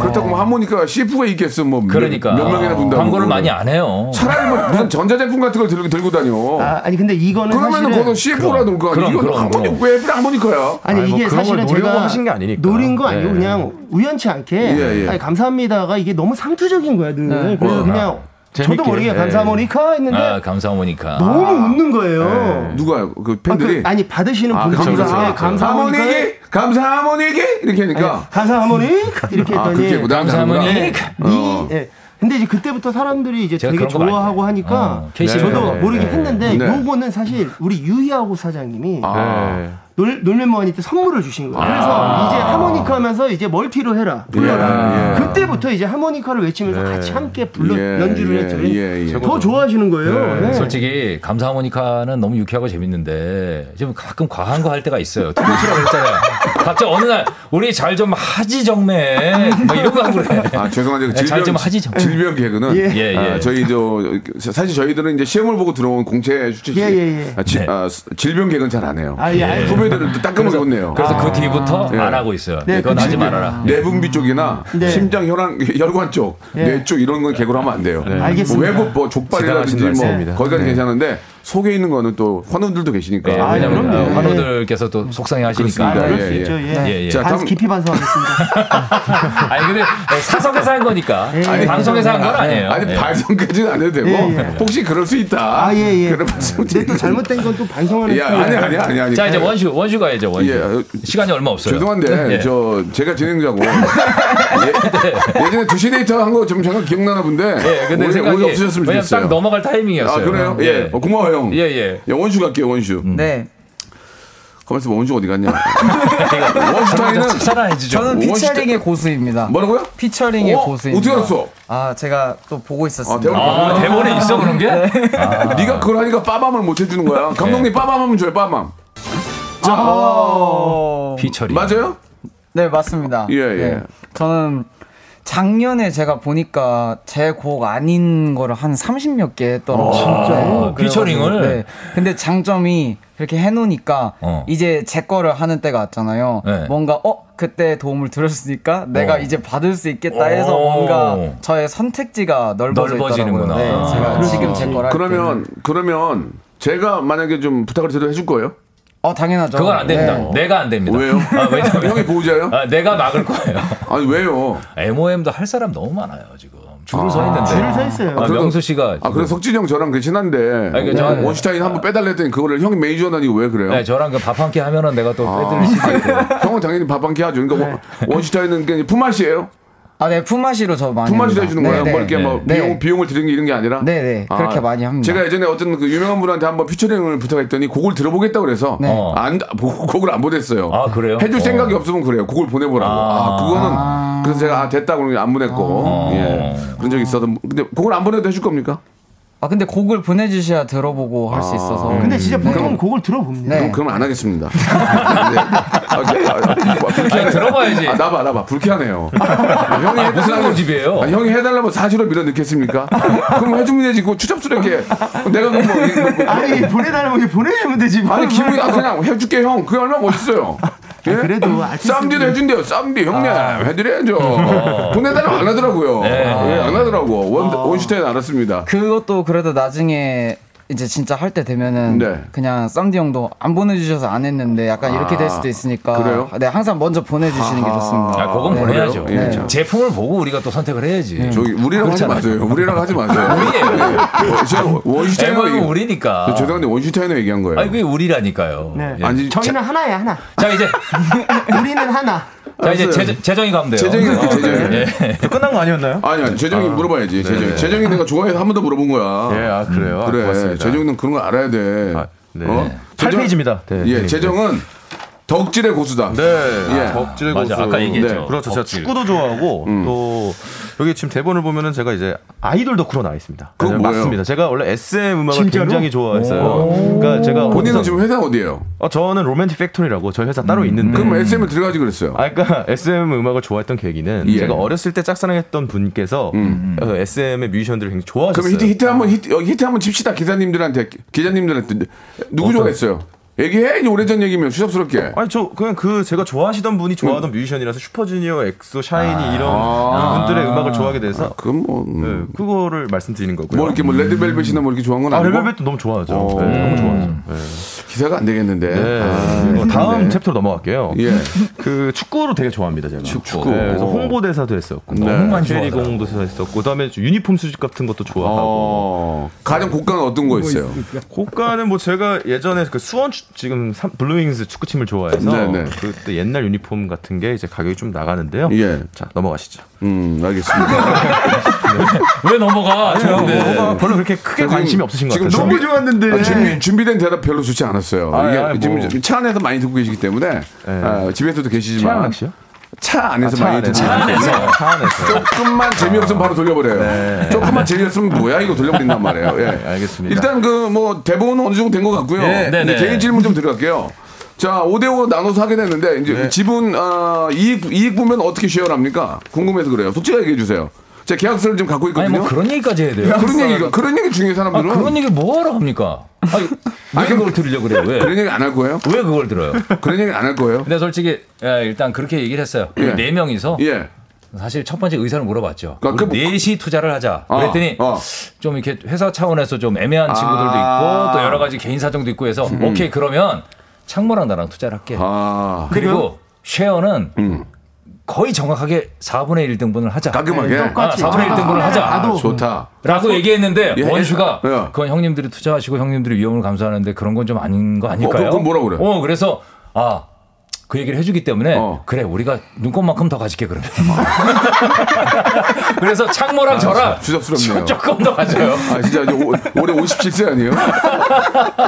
Speaker 3: 그렇다고 뭐 하모니카 CF가 있겠어 뭐 몇-
Speaker 5: 그러니까
Speaker 3: 몇 명이나 분다고
Speaker 5: 광고를 많이 안 해요.
Speaker 3: 차라리 뭐 무슨 전자제품 같은 걸 들고 들고 다녀
Speaker 6: 아, 아니 근데 이거는
Speaker 3: 그러면은
Speaker 6: 사실은
Speaker 3: 그거 CF라도 그거
Speaker 5: 그럼,
Speaker 3: 이거
Speaker 5: 그럼,
Speaker 3: 하모니카 왜 하모니카야
Speaker 6: 아니,
Speaker 8: 아니, 뭐
Speaker 6: 이게
Speaker 8: 그런 걸
Speaker 6: 사실은
Speaker 8: 노리려고
Speaker 6: 제가
Speaker 8: 하신 게 아니니까.
Speaker 6: 노린 거 아니고
Speaker 8: 예.
Speaker 6: 그냥 우연치 않게
Speaker 3: 예, 예.
Speaker 6: 아니, 감사합니다가 이게 너무 상투적인 거야 늘
Speaker 7: 네.
Speaker 6: 그래서 그냥 저도
Speaker 8: 재밌게,
Speaker 6: 모르게
Speaker 8: 예.
Speaker 6: 감사모니카 했는데
Speaker 5: 아, 감사하니까.
Speaker 6: 너무 웃는 거예요
Speaker 3: 누가요 그
Speaker 6: 아,
Speaker 3: 팬들이
Speaker 6: 니 받으시는
Speaker 3: 아,
Speaker 6: 분들
Speaker 3: 감사,
Speaker 6: 중에 감사모니카
Speaker 3: 하모니기, 감사 하모니기 이렇게 하니까.
Speaker 6: 감사모니카 이렇게
Speaker 3: 아,
Speaker 6: 했더니
Speaker 3: 그렇게 무당
Speaker 5: 감사하니.
Speaker 6: 이, 예. 근데 이제 그때부터 사람들이 이제
Speaker 5: 제가
Speaker 6: 되게
Speaker 5: 그런 거 많이
Speaker 6: 좋아하고 하니까
Speaker 5: 어, KCB.
Speaker 6: 저도
Speaker 5: 네,
Speaker 6: 모르게
Speaker 5: 네.
Speaker 6: 했는데
Speaker 3: 네.
Speaker 6: 요거는 사실 우리 유희하고 사장님이
Speaker 3: 아,
Speaker 6: 놀, 놀면 뭐하니 때 선물을 주신 거예요. 그래서 이제 하모니카 하면서 이제 멀티로 해라.
Speaker 5: 네.
Speaker 6: 불러라.
Speaker 3: 예, 예.
Speaker 6: 그때부터 이제 하모니카를 외치면서 같이 함께 불러
Speaker 3: 네. 예,
Speaker 6: 연주를
Speaker 3: 예,
Speaker 6: 했죠.
Speaker 3: 예, 예.
Speaker 6: 더 좋아하시는 거예요. 네.
Speaker 5: 솔직히 감사하모니카는 너무 유쾌하고 재밌는데 좀 가끔 과한 거 할 때가 있어요. 투머치라고 했잖아요. 갑자기 어느 날 우리 잘 좀 하지 정매 막 이런 거 하고 그래.
Speaker 3: 아 죄송한데
Speaker 5: 네, 잘
Speaker 3: 질병
Speaker 5: 좀 하지 좀.
Speaker 3: 질병 개그는
Speaker 5: 예, 예.
Speaker 3: 아, 저희 저 사실 저희들은 이제 시험을 보고 들어온 공채 주체지
Speaker 6: 예, 예, 예.
Speaker 3: 아, 지- 아, 스- 질병 개그는 잘 안 해요.
Speaker 6: 아, 예, 아. 알죠.
Speaker 3: 후배들은 또 따끔하게 혼내요.
Speaker 5: 네. 그래서 그 뒤부터
Speaker 3: 예.
Speaker 5: 안 하고 있어요.
Speaker 6: 네,
Speaker 5: 이건
Speaker 6: 그
Speaker 5: 하지
Speaker 6: 질병.
Speaker 5: 말아라.
Speaker 3: 내분비 쪽이나
Speaker 6: 네. 예.
Speaker 3: 심장 혈관 혈관 쪽, 뇌 쪽 이런 건 개그로 하면 안 돼요.
Speaker 5: 네.
Speaker 6: 알겠습니다.
Speaker 3: 뭐 외국 뭐 족발이라든지
Speaker 8: 지당하신
Speaker 3: 뭐
Speaker 8: 말씀입니다.
Speaker 3: 거기까지 괜찮은데 속에 있는 거는 또 환원들도 계시니까.
Speaker 5: 예, 왜냐면 아, 환우들께서 또 속상해
Speaker 3: 네.
Speaker 5: 하시니까.
Speaker 3: 그렇습니다.
Speaker 6: 그럴 수 있죠. 예.
Speaker 3: 자,
Speaker 6: 반,
Speaker 3: 다음-
Speaker 6: 깊이 반성하겠습니다.
Speaker 5: 아니 근데 어, 사석에서 한 거니까
Speaker 3: 아니,
Speaker 5: 방송에서 한 건
Speaker 3: 아,
Speaker 5: 아니에요.
Speaker 3: 아니
Speaker 5: 예.
Speaker 3: 반성까지는 안 해도 되고
Speaker 6: 예, 예.
Speaker 3: 혹시 그럴 수 있다.
Speaker 6: 아, 예, 예.
Speaker 3: 그런 말씀
Speaker 6: 근데 또 잘못된 건 또 반성하는
Speaker 3: 야, 아니 예, 아니 아니 아니.
Speaker 5: 예, 자 이제 원슈 원슈 가야죠 원슈.
Speaker 3: 예,
Speaker 5: 시간이 얼마 없어요.
Speaker 3: 죄송한데
Speaker 5: 예.
Speaker 3: 저 제가 진행자고
Speaker 5: 네.
Speaker 3: 예, 예전에 두시 데이터 한 거 좀 잠깐 기억나나 본데
Speaker 5: 예, 근데
Speaker 3: 오늘,
Speaker 5: 생각이
Speaker 3: 오늘 없으셨으면
Speaker 5: 왜냐면
Speaker 3: 좋겠어요.
Speaker 5: 딱 넘어갈
Speaker 3: 아
Speaker 5: 타이밍이었어요.
Speaker 3: 그래요? 예, 어, 고마워요 형.
Speaker 5: 예, 음. 예.
Speaker 3: 야, 원슈 갈게요 원슈.
Speaker 7: 네.
Speaker 3: 가만 있어봐 원슈 어디 갔냐? 원슈 타이는
Speaker 5: 차라해지죠.
Speaker 7: 저는
Speaker 3: 멋있다.
Speaker 7: 피처링의 고수입니다.
Speaker 3: 뭐라고요?
Speaker 7: 피처링의
Speaker 3: 어?
Speaker 7: 고수입니다.
Speaker 3: 어떻게 알았어?
Speaker 7: 아, 제가 또 보고
Speaker 3: 아
Speaker 7: 있었습니다.
Speaker 3: 대박.
Speaker 5: 아, 대본에 있어 그런 게?
Speaker 3: 네.
Speaker 5: 아.
Speaker 3: 네가 그걸 하니까 빠밤을 못 해주는 거야.
Speaker 5: 네.
Speaker 3: 감독님 빠밤 하면 줘요 빠밤.
Speaker 7: 어,
Speaker 5: 피처리.
Speaker 3: 맞아요?
Speaker 7: 네, 맞습니다.
Speaker 3: 예, 예.
Speaker 7: 네. 저는 작년에 제가 보니까 제 곡 아닌 거를 한 30몇 개 떨어졌어요.
Speaker 5: 아,
Speaker 7: 네,
Speaker 5: 피처링을?
Speaker 7: 근데 장점이 이렇게 해놓으니까
Speaker 5: 어.
Speaker 7: 이제 제 거를 하는 때가 왔잖아요.
Speaker 5: 네.
Speaker 7: 뭔가 어 그때 도움을 들었으니까 내가
Speaker 5: 어.
Speaker 7: 이제 받을 수 있겠다 해서
Speaker 5: 오.
Speaker 7: 뭔가 저의 선택지가 넓어져
Speaker 5: 넓어지는구나.
Speaker 7: 있더라고요. 네, 제가
Speaker 5: 아.
Speaker 7: 지금 제 거를 할 때는.
Speaker 3: 그러면 그러면 제가 만약에 좀 부탁을 드려도 해줄 거예요?
Speaker 7: 어 당연하죠.
Speaker 5: 그건 안 됩니다.
Speaker 7: 네.
Speaker 5: 내가 안 됩니다.
Speaker 3: 어. 왜요?
Speaker 5: 아, 왜냐면
Speaker 3: 형이 보호자예요?
Speaker 5: 아, 내가 막을 거예요.
Speaker 3: 아니 왜요?
Speaker 5: MOM도 할 사람 너무 많아요 지금. 줄을 서 있는데.
Speaker 6: 줄을 서 있어요.
Speaker 5: 아,
Speaker 3: 그래도-
Speaker 5: 명수 씨가.
Speaker 3: 아 그래서 석진이 형 저랑 그 친한데
Speaker 5: 네. 아니, 그
Speaker 7: 네.
Speaker 5: 저는-
Speaker 3: 원슈타인 한번 빼달라 했더니 그거를 형이 매니저 나니 왜 그래요?
Speaker 5: 네, 저랑 그 밥 한 끼 하면은 내가 또
Speaker 3: 아,
Speaker 5: 빼드릴 수도 있고.
Speaker 3: 형은 당연히 밥 한 끼 하죠.
Speaker 7: 네.
Speaker 3: 그러니까 원- 원슈타인은 그냥 품맛이에요.
Speaker 7: 아, 네, 품앗이로 저 많이.
Speaker 3: 품맛이
Speaker 7: 합니다.
Speaker 3: 해주는
Speaker 7: 네,
Speaker 3: 거예요.
Speaker 7: 네.
Speaker 3: 뭐 이렇게 뭐
Speaker 7: 네.
Speaker 3: 비용 비용을 드리는 게 이런 게 아니라.
Speaker 7: 네네
Speaker 3: 아,
Speaker 7: 그렇게 많이 합니다.
Speaker 3: 제가 예전에 어떤 그 유명한 분한테 한번 피처링을 부탁했더니 곡을 들어보겠다 그래서
Speaker 7: 네.
Speaker 5: 어.
Speaker 3: 안 보- 곡을 안 보냈어요.
Speaker 5: 아, 그래요?
Speaker 3: 해줄
Speaker 5: 어.
Speaker 3: 생각이 없으면 그래요. 곡을 보내보라고. 아,
Speaker 5: 아.
Speaker 3: 그거는 그래서 제가 아, 됐다 그러고 안 보냈고
Speaker 5: 아.
Speaker 3: 예. 그런 적이 있어도 근데 곡을 안 보내도 해줄 겁니까?
Speaker 7: 아 근데 곡을 보내주셔야 들어보고 할 수
Speaker 3: 아.
Speaker 7: 있어서.
Speaker 3: 음.
Speaker 6: 근데 진짜 보통은 곡을 들어봅니다.
Speaker 7: 네.
Speaker 3: 그럼 그럼 안 하겠습니다. 네. 아, 네. 아, 아, 불쾌하네요.
Speaker 5: 아니, 들어봐야지.
Speaker 3: 아, 나봐 나봐 불쾌하네요. 아, 형이 해달라고-
Speaker 5: 무슨 고집이에요?
Speaker 3: 아, 형이 해달라면 사실로 밀어넣겠습니까? 그럼 해주면 되지. 그 추잡스럽게 내가 그럼 뭐, 이- 뭐, 뭐
Speaker 6: 아니 예, 보내달라고 이렇게 보내주면 되지.
Speaker 3: 아니
Speaker 6: 뭘-
Speaker 3: 기분이 아 그냥 해줄게 형 그게 얼마나 멋있어요 예?
Speaker 6: 그래도 알 수
Speaker 3: 쌈디도
Speaker 6: 있으면.
Speaker 3: 해준대요 쌈디 형님 해드려야죠 보내달라고 안 하더라고요
Speaker 5: 네,
Speaker 3: 예, 안 하더라고 원, 원슈타인 알았습니다
Speaker 7: 그것도 그래도 나중에 이제 진짜 할 때 되면은
Speaker 3: 네.
Speaker 7: 그냥 쌈디 형도 안 보내주셔서 안 했는데 약간 이렇게 될 수도 있으니까.
Speaker 3: 아. 그래요?
Speaker 7: 네 항상 먼저 보내주시는 게 좋습니다.
Speaker 5: 아, 그건
Speaker 7: 네.
Speaker 5: 보내야죠.
Speaker 3: 그래요? 예, 참.
Speaker 5: 제품을 보고 우리가 또 선택을 해야지.
Speaker 3: 저기 우리라고 하지
Speaker 5: 그렇잖아요.
Speaker 3: 마세요 우리라고 하지 마세요
Speaker 5: 우리예요.
Speaker 3: 어, 저 원슈타인하고
Speaker 5: MOM은
Speaker 3: 얘기-
Speaker 5: 우리니까.
Speaker 3: 저 죄송한데 원슈타인하고 얘기한 거예요
Speaker 5: 아니 그게 우리라니까요.
Speaker 6: 네.
Speaker 5: 예.
Speaker 3: 아니
Speaker 6: 저희는
Speaker 3: 자,
Speaker 6: 하나야 하나.
Speaker 5: 자 이제
Speaker 6: 우리는 하나.
Speaker 5: 자 이제
Speaker 3: 알았어요.
Speaker 5: 재정- 재정이 가면 돼요.
Speaker 3: 재정이
Speaker 5: 어,
Speaker 3: 가요, 재정이.
Speaker 5: 예.
Speaker 8: 저 끝난 거 아니었나요? 네.
Speaker 3: 아니 아니 재정이 물어봐야지 재정 재정이 내가 좋아해서 한 번 더 물어본 거야 음,
Speaker 8: 예, 아 그래요. 아,
Speaker 3: 그래
Speaker 8: 고맙습니다.
Speaker 3: 재정이는 그런 거 알아야 돼
Speaker 8: 아, 네.
Speaker 3: 어?
Speaker 8: 팔
Speaker 3: 재정-
Speaker 8: 페이지입니다. 네,
Speaker 3: 예
Speaker 8: 네.
Speaker 3: 재정은 덕질의 고수다
Speaker 8: 네,
Speaker 3: 예. 네.
Speaker 8: 아, 덕질
Speaker 5: 맞아,
Speaker 8: 고수.
Speaker 5: 아까 얘기했죠.
Speaker 8: 그렇죠. 제가
Speaker 5: 덕질.
Speaker 8: 축구도 좋아하고
Speaker 3: 음.
Speaker 8: 또 여기 지금 대본을 보면은 제가 이제 아이돌 덕후로 나와 있습니다.
Speaker 3: 그건
Speaker 8: 네,
Speaker 3: 뭐예요?
Speaker 8: 맞습니다. 제가 원래 SM 음악을
Speaker 6: 진짜로?
Speaker 8: 굉장히 좋아했어요. 그러니까 제가
Speaker 3: 본인은
Speaker 8: 어디서-
Speaker 3: 지금 회사 어디예요?
Speaker 8: 어, 저는 로맨틱 팩토리라고 저희 회사 따로 있는데
Speaker 3: 그럼 SM을 들어가지 그랬어요.
Speaker 8: 음. 아, 그러니까 SM 음악을 좋아했던 계기는
Speaker 3: 예. 음.
Speaker 8: 제가 어렸을 때 짝사랑했던 분께서 SM의 뮤지션들을 굉장히 좋아하셨어요.
Speaker 3: 그럼 히트 히트 한번 히트 여기 히트 한번 칩시다 기사님들한테 기자님들한테 누구 좋아했어요? 얘기해 이 오래전 얘기면 추잡스럽게.
Speaker 8: 아니 저 그냥 그 제가 좋아하시던 분이
Speaker 3: 음.
Speaker 8: 좋아하던 뮤지션이라서 슈퍼주니어, 엑소, 샤이니 이런 분들의 음악을 좋아하게 돼서
Speaker 3: 아. 그럼 뭐, 음,
Speaker 8: 네, 그거를 말씀드리는 거고요.
Speaker 3: 뭐 이렇게 뭐 레드벨벳이나 뭐 이렇게 좋아한 건
Speaker 8: 아,
Speaker 3: 아니고
Speaker 8: 레벨벳도 너무 좋아하죠.
Speaker 3: 어.
Speaker 8: 네, 너무 좋아하죠. 네.
Speaker 3: 기사가 안 되겠는데.
Speaker 8: 네.
Speaker 3: 아,
Speaker 8: 어, 다음
Speaker 3: 네.
Speaker 8: 챕터로 넘어갈게요.
Speaker 3: 예.
Speaker 8: 그 축구를 되게 좋아합니다, 제가. 축구. 네, 그래서 홍보대사도 했었고,
Speaker 3: 너무
Speaker 5: 많이
Speaker 8: 체리공도 했었고, 그다음에 유니폼 수집 같은 것도 좋아하고.
Speaker 3: 어 가장 고가는 어떤 거 있어요?
Speaker 8: 고가는 뭐 제가 예전에 그 수원 추- 지금 삼- 블루윙스 축구팀을 좋아해서
Speaker 3: 네, 네.
Speaker 8: 그때 옛날 유니폼 같은 게 이제 가격이 좀 나가는데요.
Speaker 3: 예.
Speaker 8: 자 넘어가시죠.
Speaker 3: 음 알겠습니다.
Speaker 5: 왜 넘어가? 좋은데.
Speaker 8: 뭐가 별로 그렇게 크게 관심이 없으신 것
Speaker 3: 네. 지금
Speaker 8: 같아요.
Speaker 3: 너무
Speaker 6: 좋았는데.
Speaker 3: 아, 준비, 준비된 대답 별로 좋지 않았어요.
Speaker 8: 아,
Speaker 3: 이게
Speaker 8: 아, 뭐.
Speaker 3: 지금 차 안에서 많이 듣고 계시기 때문에 아, 집에서도 계시지만
Speaker 8: 씨요?
Speaker 3: 차 안에서 많이 듣고
Speaker 8: 아, 차 안에서 차 안에서.
Speaker 3: 조금만 재미없으면 바로 돌려버려요.
Speaker 5: 네.
Speaker 3: 조금만 재미없으면 뭐야 이거 돌려버린단 말이에요. 예.
Speaker 8: 알겠습니다.
Speaker 3: 일단 그 뭐 대본은 어느 정도 된 것 같고요.
Speaker 8: 예,
Speaker 5: 네네.
Speaker 3: 이제 개인 질문 좀 들어갈게요. 자, 5대5 나눠서 하게 됐는데 이제
Speaker 5: 네.
Speaker 3: 지분 아, 이익 이익 보면 어떻게 쉐어를 합니까? 궁금해서 그래요. 솔직하게 얘기해 주세요. 제가 계약서를 지금 갖고
Speaker 5: 아니
Speaker 3: 있거든요.
Speaker 5: 뭐 그런 얘기까지 해야 돼요.
Speaker 3: 그런 얘기가 그런 얘기 중요해
Speaker 5: 아,
Speaker 3: 사람들은
Speaker 5: 그런 얘기 뭐하러 합니까? 아니, 왜 그걸 들으려고 그래요? 왜?
Speaker 3: 그런 얘기 안 할 거예요?
Speaker 5: 왜 그걸 들어요?
Speaker 3: 그런 얘기 안 할 거예요?
Speaker 5: 근데 솔직히 예, 일단 그렇게 얘기를 했어요.
Speaker 3: 예.
Speaker 5: 네 명이서
Speaker 3: 예.
Speaker 5: 사실 첫 번째 의사를 물어봤죠.
Speaker 3: 그러니까
Speaker 5: 우리 넷이 투자를 하자.
Speaker 3: 어,
Speaker 5: 그랬더니 좀 이렇게 회사 차원에서 좀 애매한 친구들도
Speaker 3: 아.
Speaker 5: 있고 또 여러 가지 개인 사정도 있고 해서
Speaker 3: 음.
Speaker 5: 오케이 그러면 창모랑 나랑 투자를 할게.
Speaker 3: 아,
Speaker 5: 그리고 쉐어는
Speaker 3: 음.
Speaker 5: 거의 정확하게 4분의 1 등분을 하자.
Speaker 3: 깔끔하게.
Speaker 5: 아, 4분의 1 등분을 하자.
Speaker 3: 좋다.
Speaker 5: 라고 얘기했는데
Speaker 3: 예.
Speaker 5: 원수가
Speaker 3: 예.
Speaker 5: 그건 형님들이 투자하시고 형님들이 위험을 감수하는데 그런 건 좀 아닌 거 아닐까요?
Speaker 3: 어, 그건 뭐라 그래?
Speaker 5: 어, 그래서 아, 그 얘기를 해주기 때문에
Speaker 3: 어.
Speaker 5: 그래 우리가 눈꽃만큼 더 가질게 그러면 그래서 창모랑
Speaker 3: 아,
Speaker 5: 저랑
Speaker 3: 참 주접스럽네요.
Speaker 5: 조금 더 가져요.
Speaker 3: 아, 진짜 이제 오- 올해 57세 아니에요?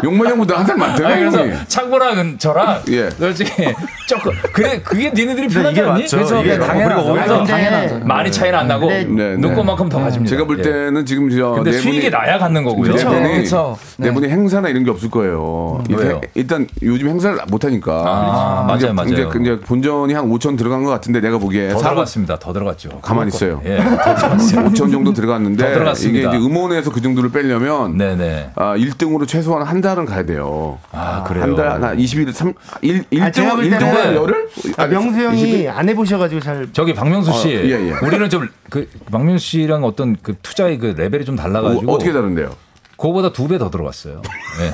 Speaker 3: 용만 형보다 한살 많대요.
Speaker 5: 아니,
Speaker 3: 형이.
Speaker 5: 그래서 창고랑은 저랑
Speaker 3: 예.
Speaker 5: 솔직히 조금 그래 그게 니네들이 편하지
Speaker 3: 이게
Speaker 5: 않니?
Speaker 3: 맞죠. 이게 맞죠. 그리고 오히려
Speaker 5: 그래서
Speaker 3: 당연하죠.
Speaker 5: 많이 차이는 안 나고
Speaker 3: 네, 네.
Speaker 5: 눈꽃만큼 더 가집니다.
Speaker 3: 제가 볼
Speaker 5: 예.
Speaker 3: 때는 지금 저
Speaker 5: 근데
Speaker 3: 네 분이-
Speaker 5: 수익이 나야 갖는 거고요.
Speaker 3: 네
Speaker 6: 그렇죠.
Speaker 5: 그쵸,
Speaker 3: 분이
Speaker 5: 그쵸.
Speaker 3: 네 분이 행사나 이런 게 없을 거예요. 이게
Speaker 5: 음. 왜요?
Speaker 3: 일단 요즘 행사를 못 하니까.
Speaker 5: 아,
Speaker 3: 이제-
Speaker 5: 맞아요, 맞아요.
Speaker 3: 이제, 이제 본전이 한 5천 들어간 것 같은데 내가 보기에
Speaker 5: 더
Speaker 3: 사람-
Speaker 5: 들어갔습니다. 더 들어갔죠.
Speaker 3: 가만히 있어요.
Speaker 5: 예, 더 들어갔어요.
Speaker 3: 5천 정도
Speaker 5: 더
Speaker 3: 들어갔는데 이게
Speaker 5: 들어갔습니다.
Speaker 3: 이제 음원에서 그 정도를 빼려면
Speaker 5: 네네.
Speaker 3: 아, 1등으로 최소한 한 달은 가야 돼요.
Speaker 5: 아,
Speaker 6: 그래요?
Speaker 3: 한 달, 한 20일, 3, 1, 일
Speaker 6: 아
Speaker 3: 등은
Speaker 6: 제가 볼
Speaker 3: 1등 한
Speaker 6: 때는
Speaker 3: 열흘?
Speaker 6: 아, 명수 형이 안 해보셔가지고 잘
Speaker 5: 저기 박명수 씨,
Speaker 6: 어, 예, 예.
Speaker 5: 우리는 좀 그 박명수 씨랑 어떤 그 투자의 그 레벨이 좀
Speaker 6: 아,
Speaker 5: 달라가지고
Speaker 3: 어, 어떻게 다른데요?
Speaker 5: 그거보다 두 배 더 들어갔어요. 예.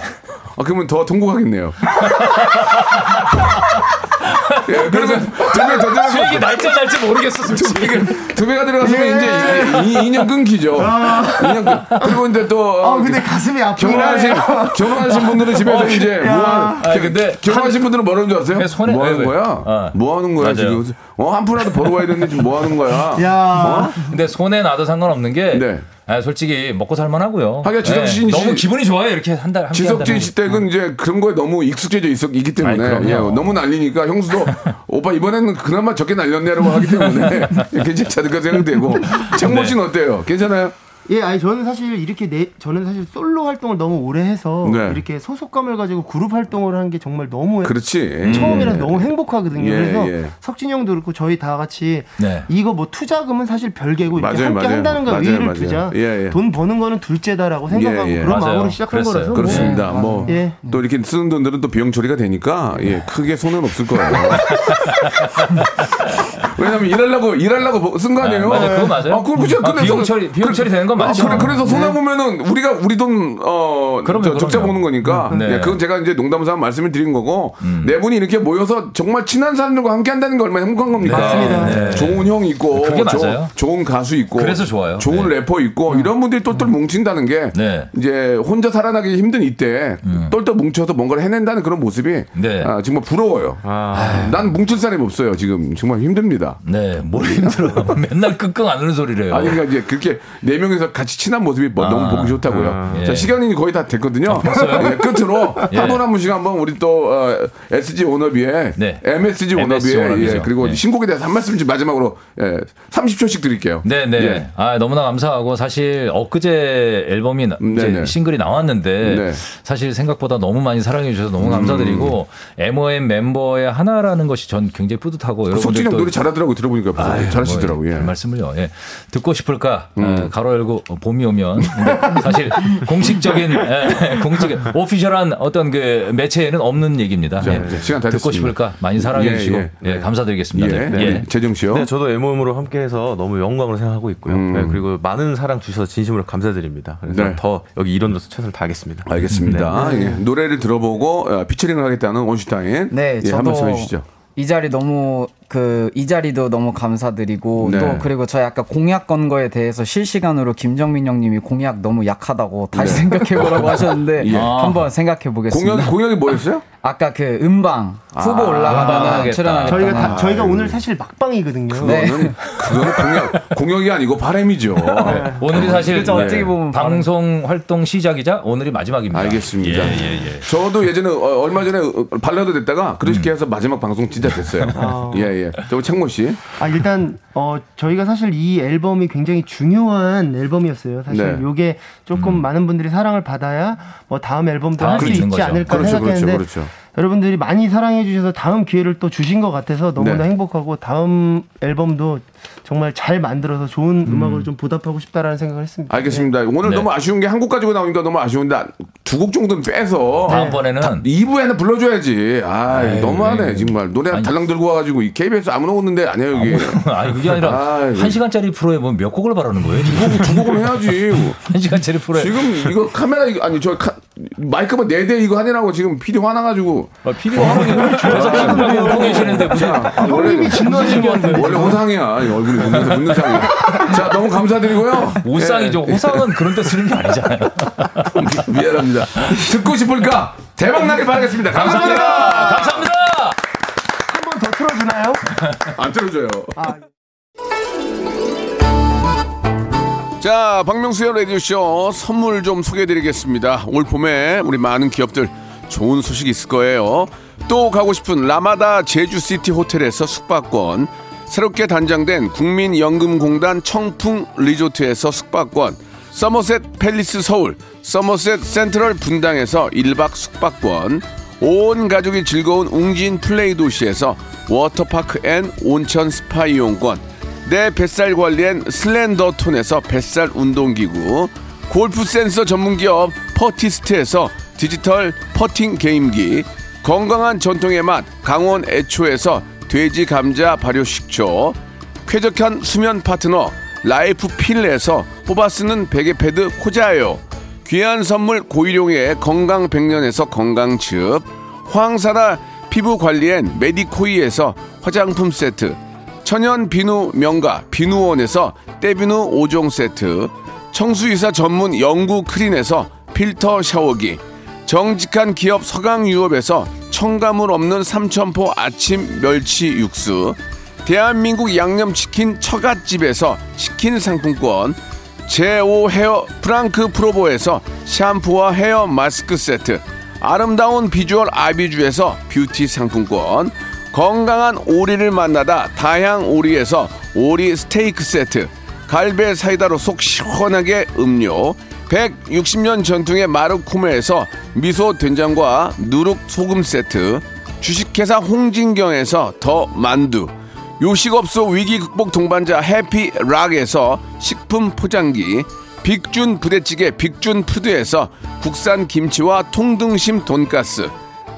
Speaker 3: 아, 그러면 더 통곡하겠네요. 예, 그래서 두배 더 들어가서
Speaker 5: 수익이 날지 안 날지 모르겠어 솔직히.
Speaker 3: 두 배가 들어갔으면
Speaker 5: 예.
Speaker 3: 이제 2, 년 끊기죠.
Speaker 5: 아.
Speaker 3: 2년 끊. 그리고 이제 또 어,
Speaker 6: 아 근데 가슴이 아프긴
Speaker 3: 결혼하신
Speaker 6: 하네요.
Speaker 3: 결혼하신 분들은 집에서
Speaker 6: 어,
Speaker 3: 이제
Speaker 6: 야.
Speaker 3: 뭐 하-
Speaker 5: 아니, 근데 네,
Speaker 3: 결혼하신 분들은 뭐라는 줄 아세요?
Speaker 5: 손에-
Speaker 3: 뭐 하는
Speaker 5: 왜, 왜?
Speaker 3: 거야?
Speaker 5: 어.
Speaker 3: 뭐 하는 거야
Speaker 5: 맞아요.
Speaker 3: 지금? 어한 푼이라도 벌어 와야 되는데 지금 뭐 하는 거야? 어?
Speaker 5: 근데 손에 나도 상관없는 게 아, 솔직히 먹고 살만하고요.
Speaker 3: 하긴 지석진
Speaker 5: 예,
Speaker 3: 씨-
Speaker 5: 너무 기분이 좋아요 이렇게 한달
Speaker 3: 지석진 시댁은 이제 그런 거에 너무 익숙해져 있었, 있기 때문에
Speaker 5: 네. 아이, 그럼요.
Speaker 3: 예, 너무 날리니까 형수도 오빠 이번에는 그나마 적게 날렸네라고 하기 때문에 괜찮지 않을까 생각되고
Speaker 5: 네.
Speaker 3: 장모 씨는 어때요? 괜찮아요?
Speaker 6: 예, 아니 저는 사실 이렇게 내 저는 사실 솔로 활동을 너무 오래 해서
Speaker 3: 네.
Speaker 6: 이렇게 소속감을 가지고 그룹 활동을 한 게 정말 너무
Speaker 5: 네.
Speaker 3: 그렇지.
Speaker 6: 처음이라서
Speaker 3: 음.
Speaker 6: 너무
Speaker 3: 예,
Speaker 6: 행복하거든요. 그래서
Speaker 3: 예.
Speaker 6: 석진 형도 그렇고 저희 다 같이
Speaker 3: 네.
Speaker 6: 이거 뭐 투자금은 사실 별개고 이렇게
Speaker 3: 맞아요,
Speaker 6: 함께
Speaker 3: 맞아요.
Speaker 6: 한다는 거야
Speaker 3: 맞아요,
Speaker 6: 위를
Speaker 3: 맞아요.
Speaker 6: 두자.
Speaker 3: 예, 예.
Speaker 6: 돈 버는 거는 둘째다라고 생각하고
Speaker 3: 예, 예.
Speaker 6: 그런
Speaker 3: 맞아요.
Speaker 6: 마음으로 시작한
Speaker 5: 그랬어요.
Speaker 6: 거라서
Speaker 3: 그렇습니다.
Speaker 6: 뭐,
Speaker 5: 아,
Speaker 3: 뭐 또
Speaker 6: 예.
Speaker 3: 이렇게 쓰는 돈들은 또 비용 처리가 되니까 예, 크게 손해는 없을 거예요. 왜냐면 일하려고 일하려고 뭐 쓴 거 아니에요?
Speaker 5: 아, 맞아요. 그거 맞아요.
Speaker 3: 아, 그걸 그냥
Speaker 5: 아,
Speaker 3: 끝내서-
Speaker 5: 비용 처리- 비용
Speaker 3: 그래-
Speaker 5: 처리되는 건
Speaker 3: 아,
Speaker 5: 맞죠. 네.
Speaker 3: 그래, 그래서 손해 보면은 우리가 우리 돈어 적자 보는 거니까.
Speaker 5: 음, 네. 음.
Speaker 3: 예, 그건 제가 이제 농담 삼아 말씀을 드린 거고 네 분이 이렇게 모여서 정말 친한 사람들과 함께 한다는 게 얼마나 행복한 겁니까?
Speaker 5: 맞습니다. 네.
Speaker 3: 좋은 형 있고
Speaker 5: 그게
Speaker 3: 좋은-
Speaker 5: 맞아요.
Speaker 3: 좋은 가수 있고
Speaker 5: 그래서 좋아요.
Speaker 3: 좋은 래퍼 있고
Speaker 5: 음.
Speaker 3: 이런 분들이 똘똘 뭉친다는 게
Speaker 5: 네.
Speaker 3: 이제 혼자 살아나기 힘든 이때
Speaker 5: 음.
Speaker 3: 똘똘 뭉쳐서 뭔가를 해낸다는 그런 모습이
Speaker 5: 네.
Speaker 3: 아, 정말 부러워요. 아, 난 뭉칠 사람이 없어요. 지금 정말 힘듭니다.
Speaker 5: 네, 뭘 힘들어요. 맨날 끙끙 안 우는 소리래요.
Speaker 3: 아니 그러니까 이제 그렇게 네 명이서 같이 친한 모습이 뭐
Speaker 5: 어. 아.
Speaker 3: 너무 보기 좋다고요.
Speaker 5: 아.
Speaker 3: 자
Speaker 5: 예.
Speaker 3: 시간이 거의 다 됐거든요.
Speaker 5: 벌써요?
Speaker 3: 예, 끝으로
Speaker 5: 예.
Speaker 3: 한 분 한 분씩 한번 우리 또 어, SG 워너비에
Speaker 5: 네.
Speaker 3: MSG
Speaker 5: MSG
Speaker 3: 워너비에
Speaker 5: 워너비죠.
Speaker 3: 예, 그리고
Speaker 5: 예.
Speaker 3: 신곡에 대해서 한 말씀 좀 마지막으로 예, 30초씩 드릴게요.
Speaker 5: 네, 네.
Speaker 3: 예.
Speaker 5: 아, 너무나 감사하고 사실 엊그제 앨범이 나- 이제
Speaker 3: 네네. 네.
Speaker 5: 싱글이 나왔는데 사실 생각보다 너무 많이 사랑해 주셔서 너무 감사드리고
Speaker 3: 음.
Speaker 5: MOM 멤버의 하나라는 것이 전 굉장히 뿌듯하고
Speaker 3: 석진이
Speaker 5: 여러분들
Speaker 3: 형 노래 잘하더라고 들어보니까
Speaker 5: 아유,
Speaker 3: 잘하시더라고요. 음.
Speaker 5: 뭐, 별 말씀을요. 예. 듣고 싶을까? 아, 가로 열고 어, 봄이 오면 근데 사실 공식적인 예, 공식 오피셜한 어떤 그 매체에는 없는 얘기입니다.
Speaker 3: 자,
Speaker 5: 예.
Speaker 3: 이제 시간 다
Speaker 5: 듣고
Speaker 3: 됐습니다.
Speaker 5: 싶을까? 많이 사랑해
Speaker 3: 예,
Speaker 5: 주시고
Speaker 3: 예.
Speaker 5: 예, 감사드리겠습니다.
Speaker 3: 예.
Speaker 5: 예.
Speaker 3: 재정 씨요.
Speaker 8: 네, 저도 MOM으로 함께해서 너무 영광으로 생각하고 있고요. 네, 그리고 많은 사랑 주셔서 진심으로 감사드립니다. 그래서
Speaker 3: 음. 네.
Speaker 8: 더 여기 이런 데서 최선을 다하겠습니다.
Speaker 3: 알겠습니다.
Speaker 8: 네.
Speaker 3: 예, 노래를 들어보고 어, 피처링을 하겠다는 원슈타인.
Speaker 7: 네,
Speaker 3: 예,
Speaker 7: 저도
Speaker 3: 한 말씀 해주시죠.
Speaker 7: 이 자리 너무 그 이 자리도 너무 감사드리고
Speaker 3: 네.
Speaker 7: 또 그리고 저희 아까 공약 건 거에 대해서 실시간으로 김정민 형님이 공약 너무 약하다고 다시
Speaker 3: 네.
Speaker 7: 생각해보라고 하셨는데
Speaker 3: 예.
Speaker 7: 한번 생각해보겠습니다.
Speaker 3: 공약- 공약이 뭐였어요?
Speaker 7: 아까 그 음방 후보
Speaker 3: 아,
Speaker 7: 올라간다는
Speaker 3: 음방하겠다.
Speaker 7: 출연하겠다.
Speaker 6: 저희가 다, 저희가
Speaker 3: 아이고. 예.
Speaker 6: 오늘 사실 막방이거든요.
Speaker 7: 네.
Speaker 3: 그거는 그거는 공약 공약이 아니고 바람이죠.
Speaker 5: 네. 오늘이 사실
Speaker 3: 그렇죠.
Speaker 5: 네.
Speaker 3: 어떻게 보면
Speaker 5: 방송 활동 시작이자 오늘이 마지막입니다.
Speaker 3: 알겠습니다.
Speaker 5: 예, 예, 예.
Speaker 3: 저도 예전에 어, 얼마 전에 어, 발라드 됐다가 그렇게
Speaker 5: 음.
Speaker 3: 해서 마지막 방송 진짜 됐어요.
Speaker 6: 아.
Speaker 3: 예 예. 저 창모 씨.
Speaker 6: 아 일단 어 저희가 사실 이 앨범이 굉장히 중요한 앨범이었어요. 사실
Speaker 3: 네.
Speaker 6: 요게 조금 많은 분들이 사랑을 받아야 뭐 다음 앨범도
Speaker 3: 아,
Speaker 6: 할 수
Speaker 3: 그렇죠.
Speaker 6: 있지
Speaker 3: 그렇죠. 그렇죠,
Speaker 6: 않을까
Speaker 3: 그렇죠,
Speaker 6: 생각했는데
Speaker 3: 그렇죠.
Speaker 6: 여러분들이 많이 사랑해 주셔서 다음 기회를 또 주신 것 같아서 너무나
Speaker 3: 네.
Speaker 6: 행복하고 다음 앨범도 정말 잘 만들어서 좋은 음. 악을좀 보답하고 싶다라는 생각을 했습니다.
Speaker 3: 알겠습니다. 오늘
Speaker 6: 네.
Speaker 3: 너무 아쉬운 게 한 곡 가지고 나오니까 너무 아쉬운데 두 곡 정도는 빼서
Speaker 5: 다음번에는
Speaker 3: 네. 2부에는 불러줘야지. 아
Speaker 5: 아유,
Speaker 3: 너무하네
Speaker 5: 네.
Speaker 3: 정말 노래 달랑 들고 와가지고 이 KBS 아무나 오는데 아니야 여기.
Speaker 5: 아니 그게 아니라
Speaker 3: 아이고. 예.
Speaker 5: 한 시간짜리 프로에 뭐 몇 곡을 바라는 거예요? 지금?
Speaker 3: 두 곡은 해야지.
Speaker 5: 한 시간짜리 프로에
Speaker 3: 지금 이거 카메라 이거- 아니 저 카- 마이크만 네 대 이거 하느라고 지금 PD 아, 화나가지고. 아,
Speaker 5: PD 화나가지고 그래서 방금 웃고 계시는데 무슨-
Speaker 3: 원래
Speaker 5: 형님이 진노하시는 것 같은데.
Speaker 3: 원래 호상이야 이 얼굴이 웃는 웃는 상이야. 자 너무 감사드리고요.
Speaker 5: 오상이죠.
Speaker 3: 예.
Speaker 5: 호상은 그런 데 쓰는 게 아니잖아요.
Speaker 3: 미안합니다. 듣고 싶을까? 대박나길 바라겠습니다. 감사합니다.
Speaker 5: 감사합니다.
Speaker 6: 한 번 더 틀어주나요?
Speaker 3: 안 틀어줘요. 자, 박명수의 라디오쇼 선물 좀 소개해드리겠습니다. 올 봄에 우리 많은 기업들 좋은 소식 있을 거예요. 또 가고 싶은 라마다 제주시티 호텔에서 숙박권, 새롭게 단장된 국민연금공단 청풍 리조트에서 숙박권, 서머셋 팰리스 서울, 서머셋 센트럴 분당에서 1박 숙박권, 온 가족이 즐거운 웅진 플레이 도시에서 워터파크 앤 온천 스파 이용권, 내 뱃살 관리엔 슬렌더 톤에서 뱃살 운동기구, 골프 센서 전문기업 퍼티스트에서 디지털 퍼팅 게임기, 건강한 전통의 맛 강원 애초에서 돼지 감자 발효 식초, 쾌적한 수면 파트너 라이프 필에서 뽑아 쓰는 베개 패드 코자요, 귀한 선물 고일용의 건강 백년에서 건강즙, 황사라 피부 관리엔 메디코이에서 화장품 세트, 천연 비누 명가 비누원에서 때비누 5종 세트 청수이사 전문 영구 크린에서 필터 샤워기 정직한 기업 서강유업에서 청가물 없는 삼천포 아침 멸치 육수 대한민국 양념치킨 처갓집에서 치킨 상품권 제오 헤어 프랑크 프로보에서 샴푸와 헤어 마스크 세트 아름다운 비주얼 아비주에서 뷰티 상품권 건강한 오리를 만나다 다향 오리에서 오리 스테이크 세트 갈배 사이다로 속 시원하게 음료 160년 전통의 마르코메에서 미소 된장과 누룩 소금 세트 주식회사 홍진경에서 더 만두 요식업소 위기 극복 동반자 해피락에서 식품 포장기, 빅준 부대찌개 빅준 푸드에서 국산 김치와 통등심 돈가스,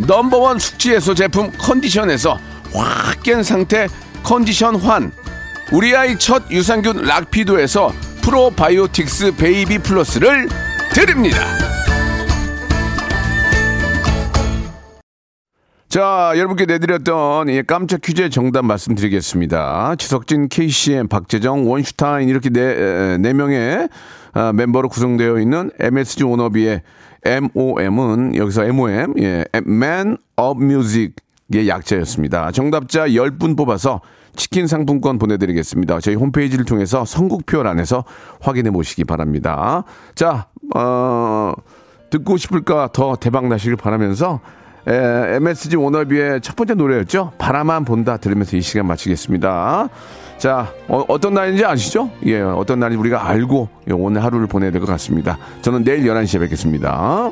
Speaker 3: 넘버원 숙취해소 제품 컨디션에서 확 깬 상태 컨디션 환 우리 아이 첫 유산균 락피도에서 프로바이오틱스 베이비 플러스를 드립니다 자, 여러분께 내드렸던 이 깜짝 퀴즈의 정답 말씀드리겠습니다. 지석진, KCM, 박재정, 원슈타인 이렇게 네, 에, 네 명의 아, 멤버로 구성되어 있는 MSG 워너비의 MOM은 여기서 MOM, 예, Man of Music의 약자였습니다. 정답자 10분 뽑아서 치킨 상품권 보내드리겠습니다. 저희 홈페이지를 통해서 선곡표 안에서 확인해 보시기 바랍니다. 자, 어, 듣고 싶을까 더 대박 나시길 바라면서 에, MSG 워너비의 첫 번째 노래였죠. 바라만 본다 들으면서 이 시간 마치겠습니다. 자, 어, 떤 날인지 아시죠? 예, 어떤 날인지 우리가 알고 예, 오늘 하루를 보내야 될 것 같습니다. 저는 내일 11시에 뵙겠습니다.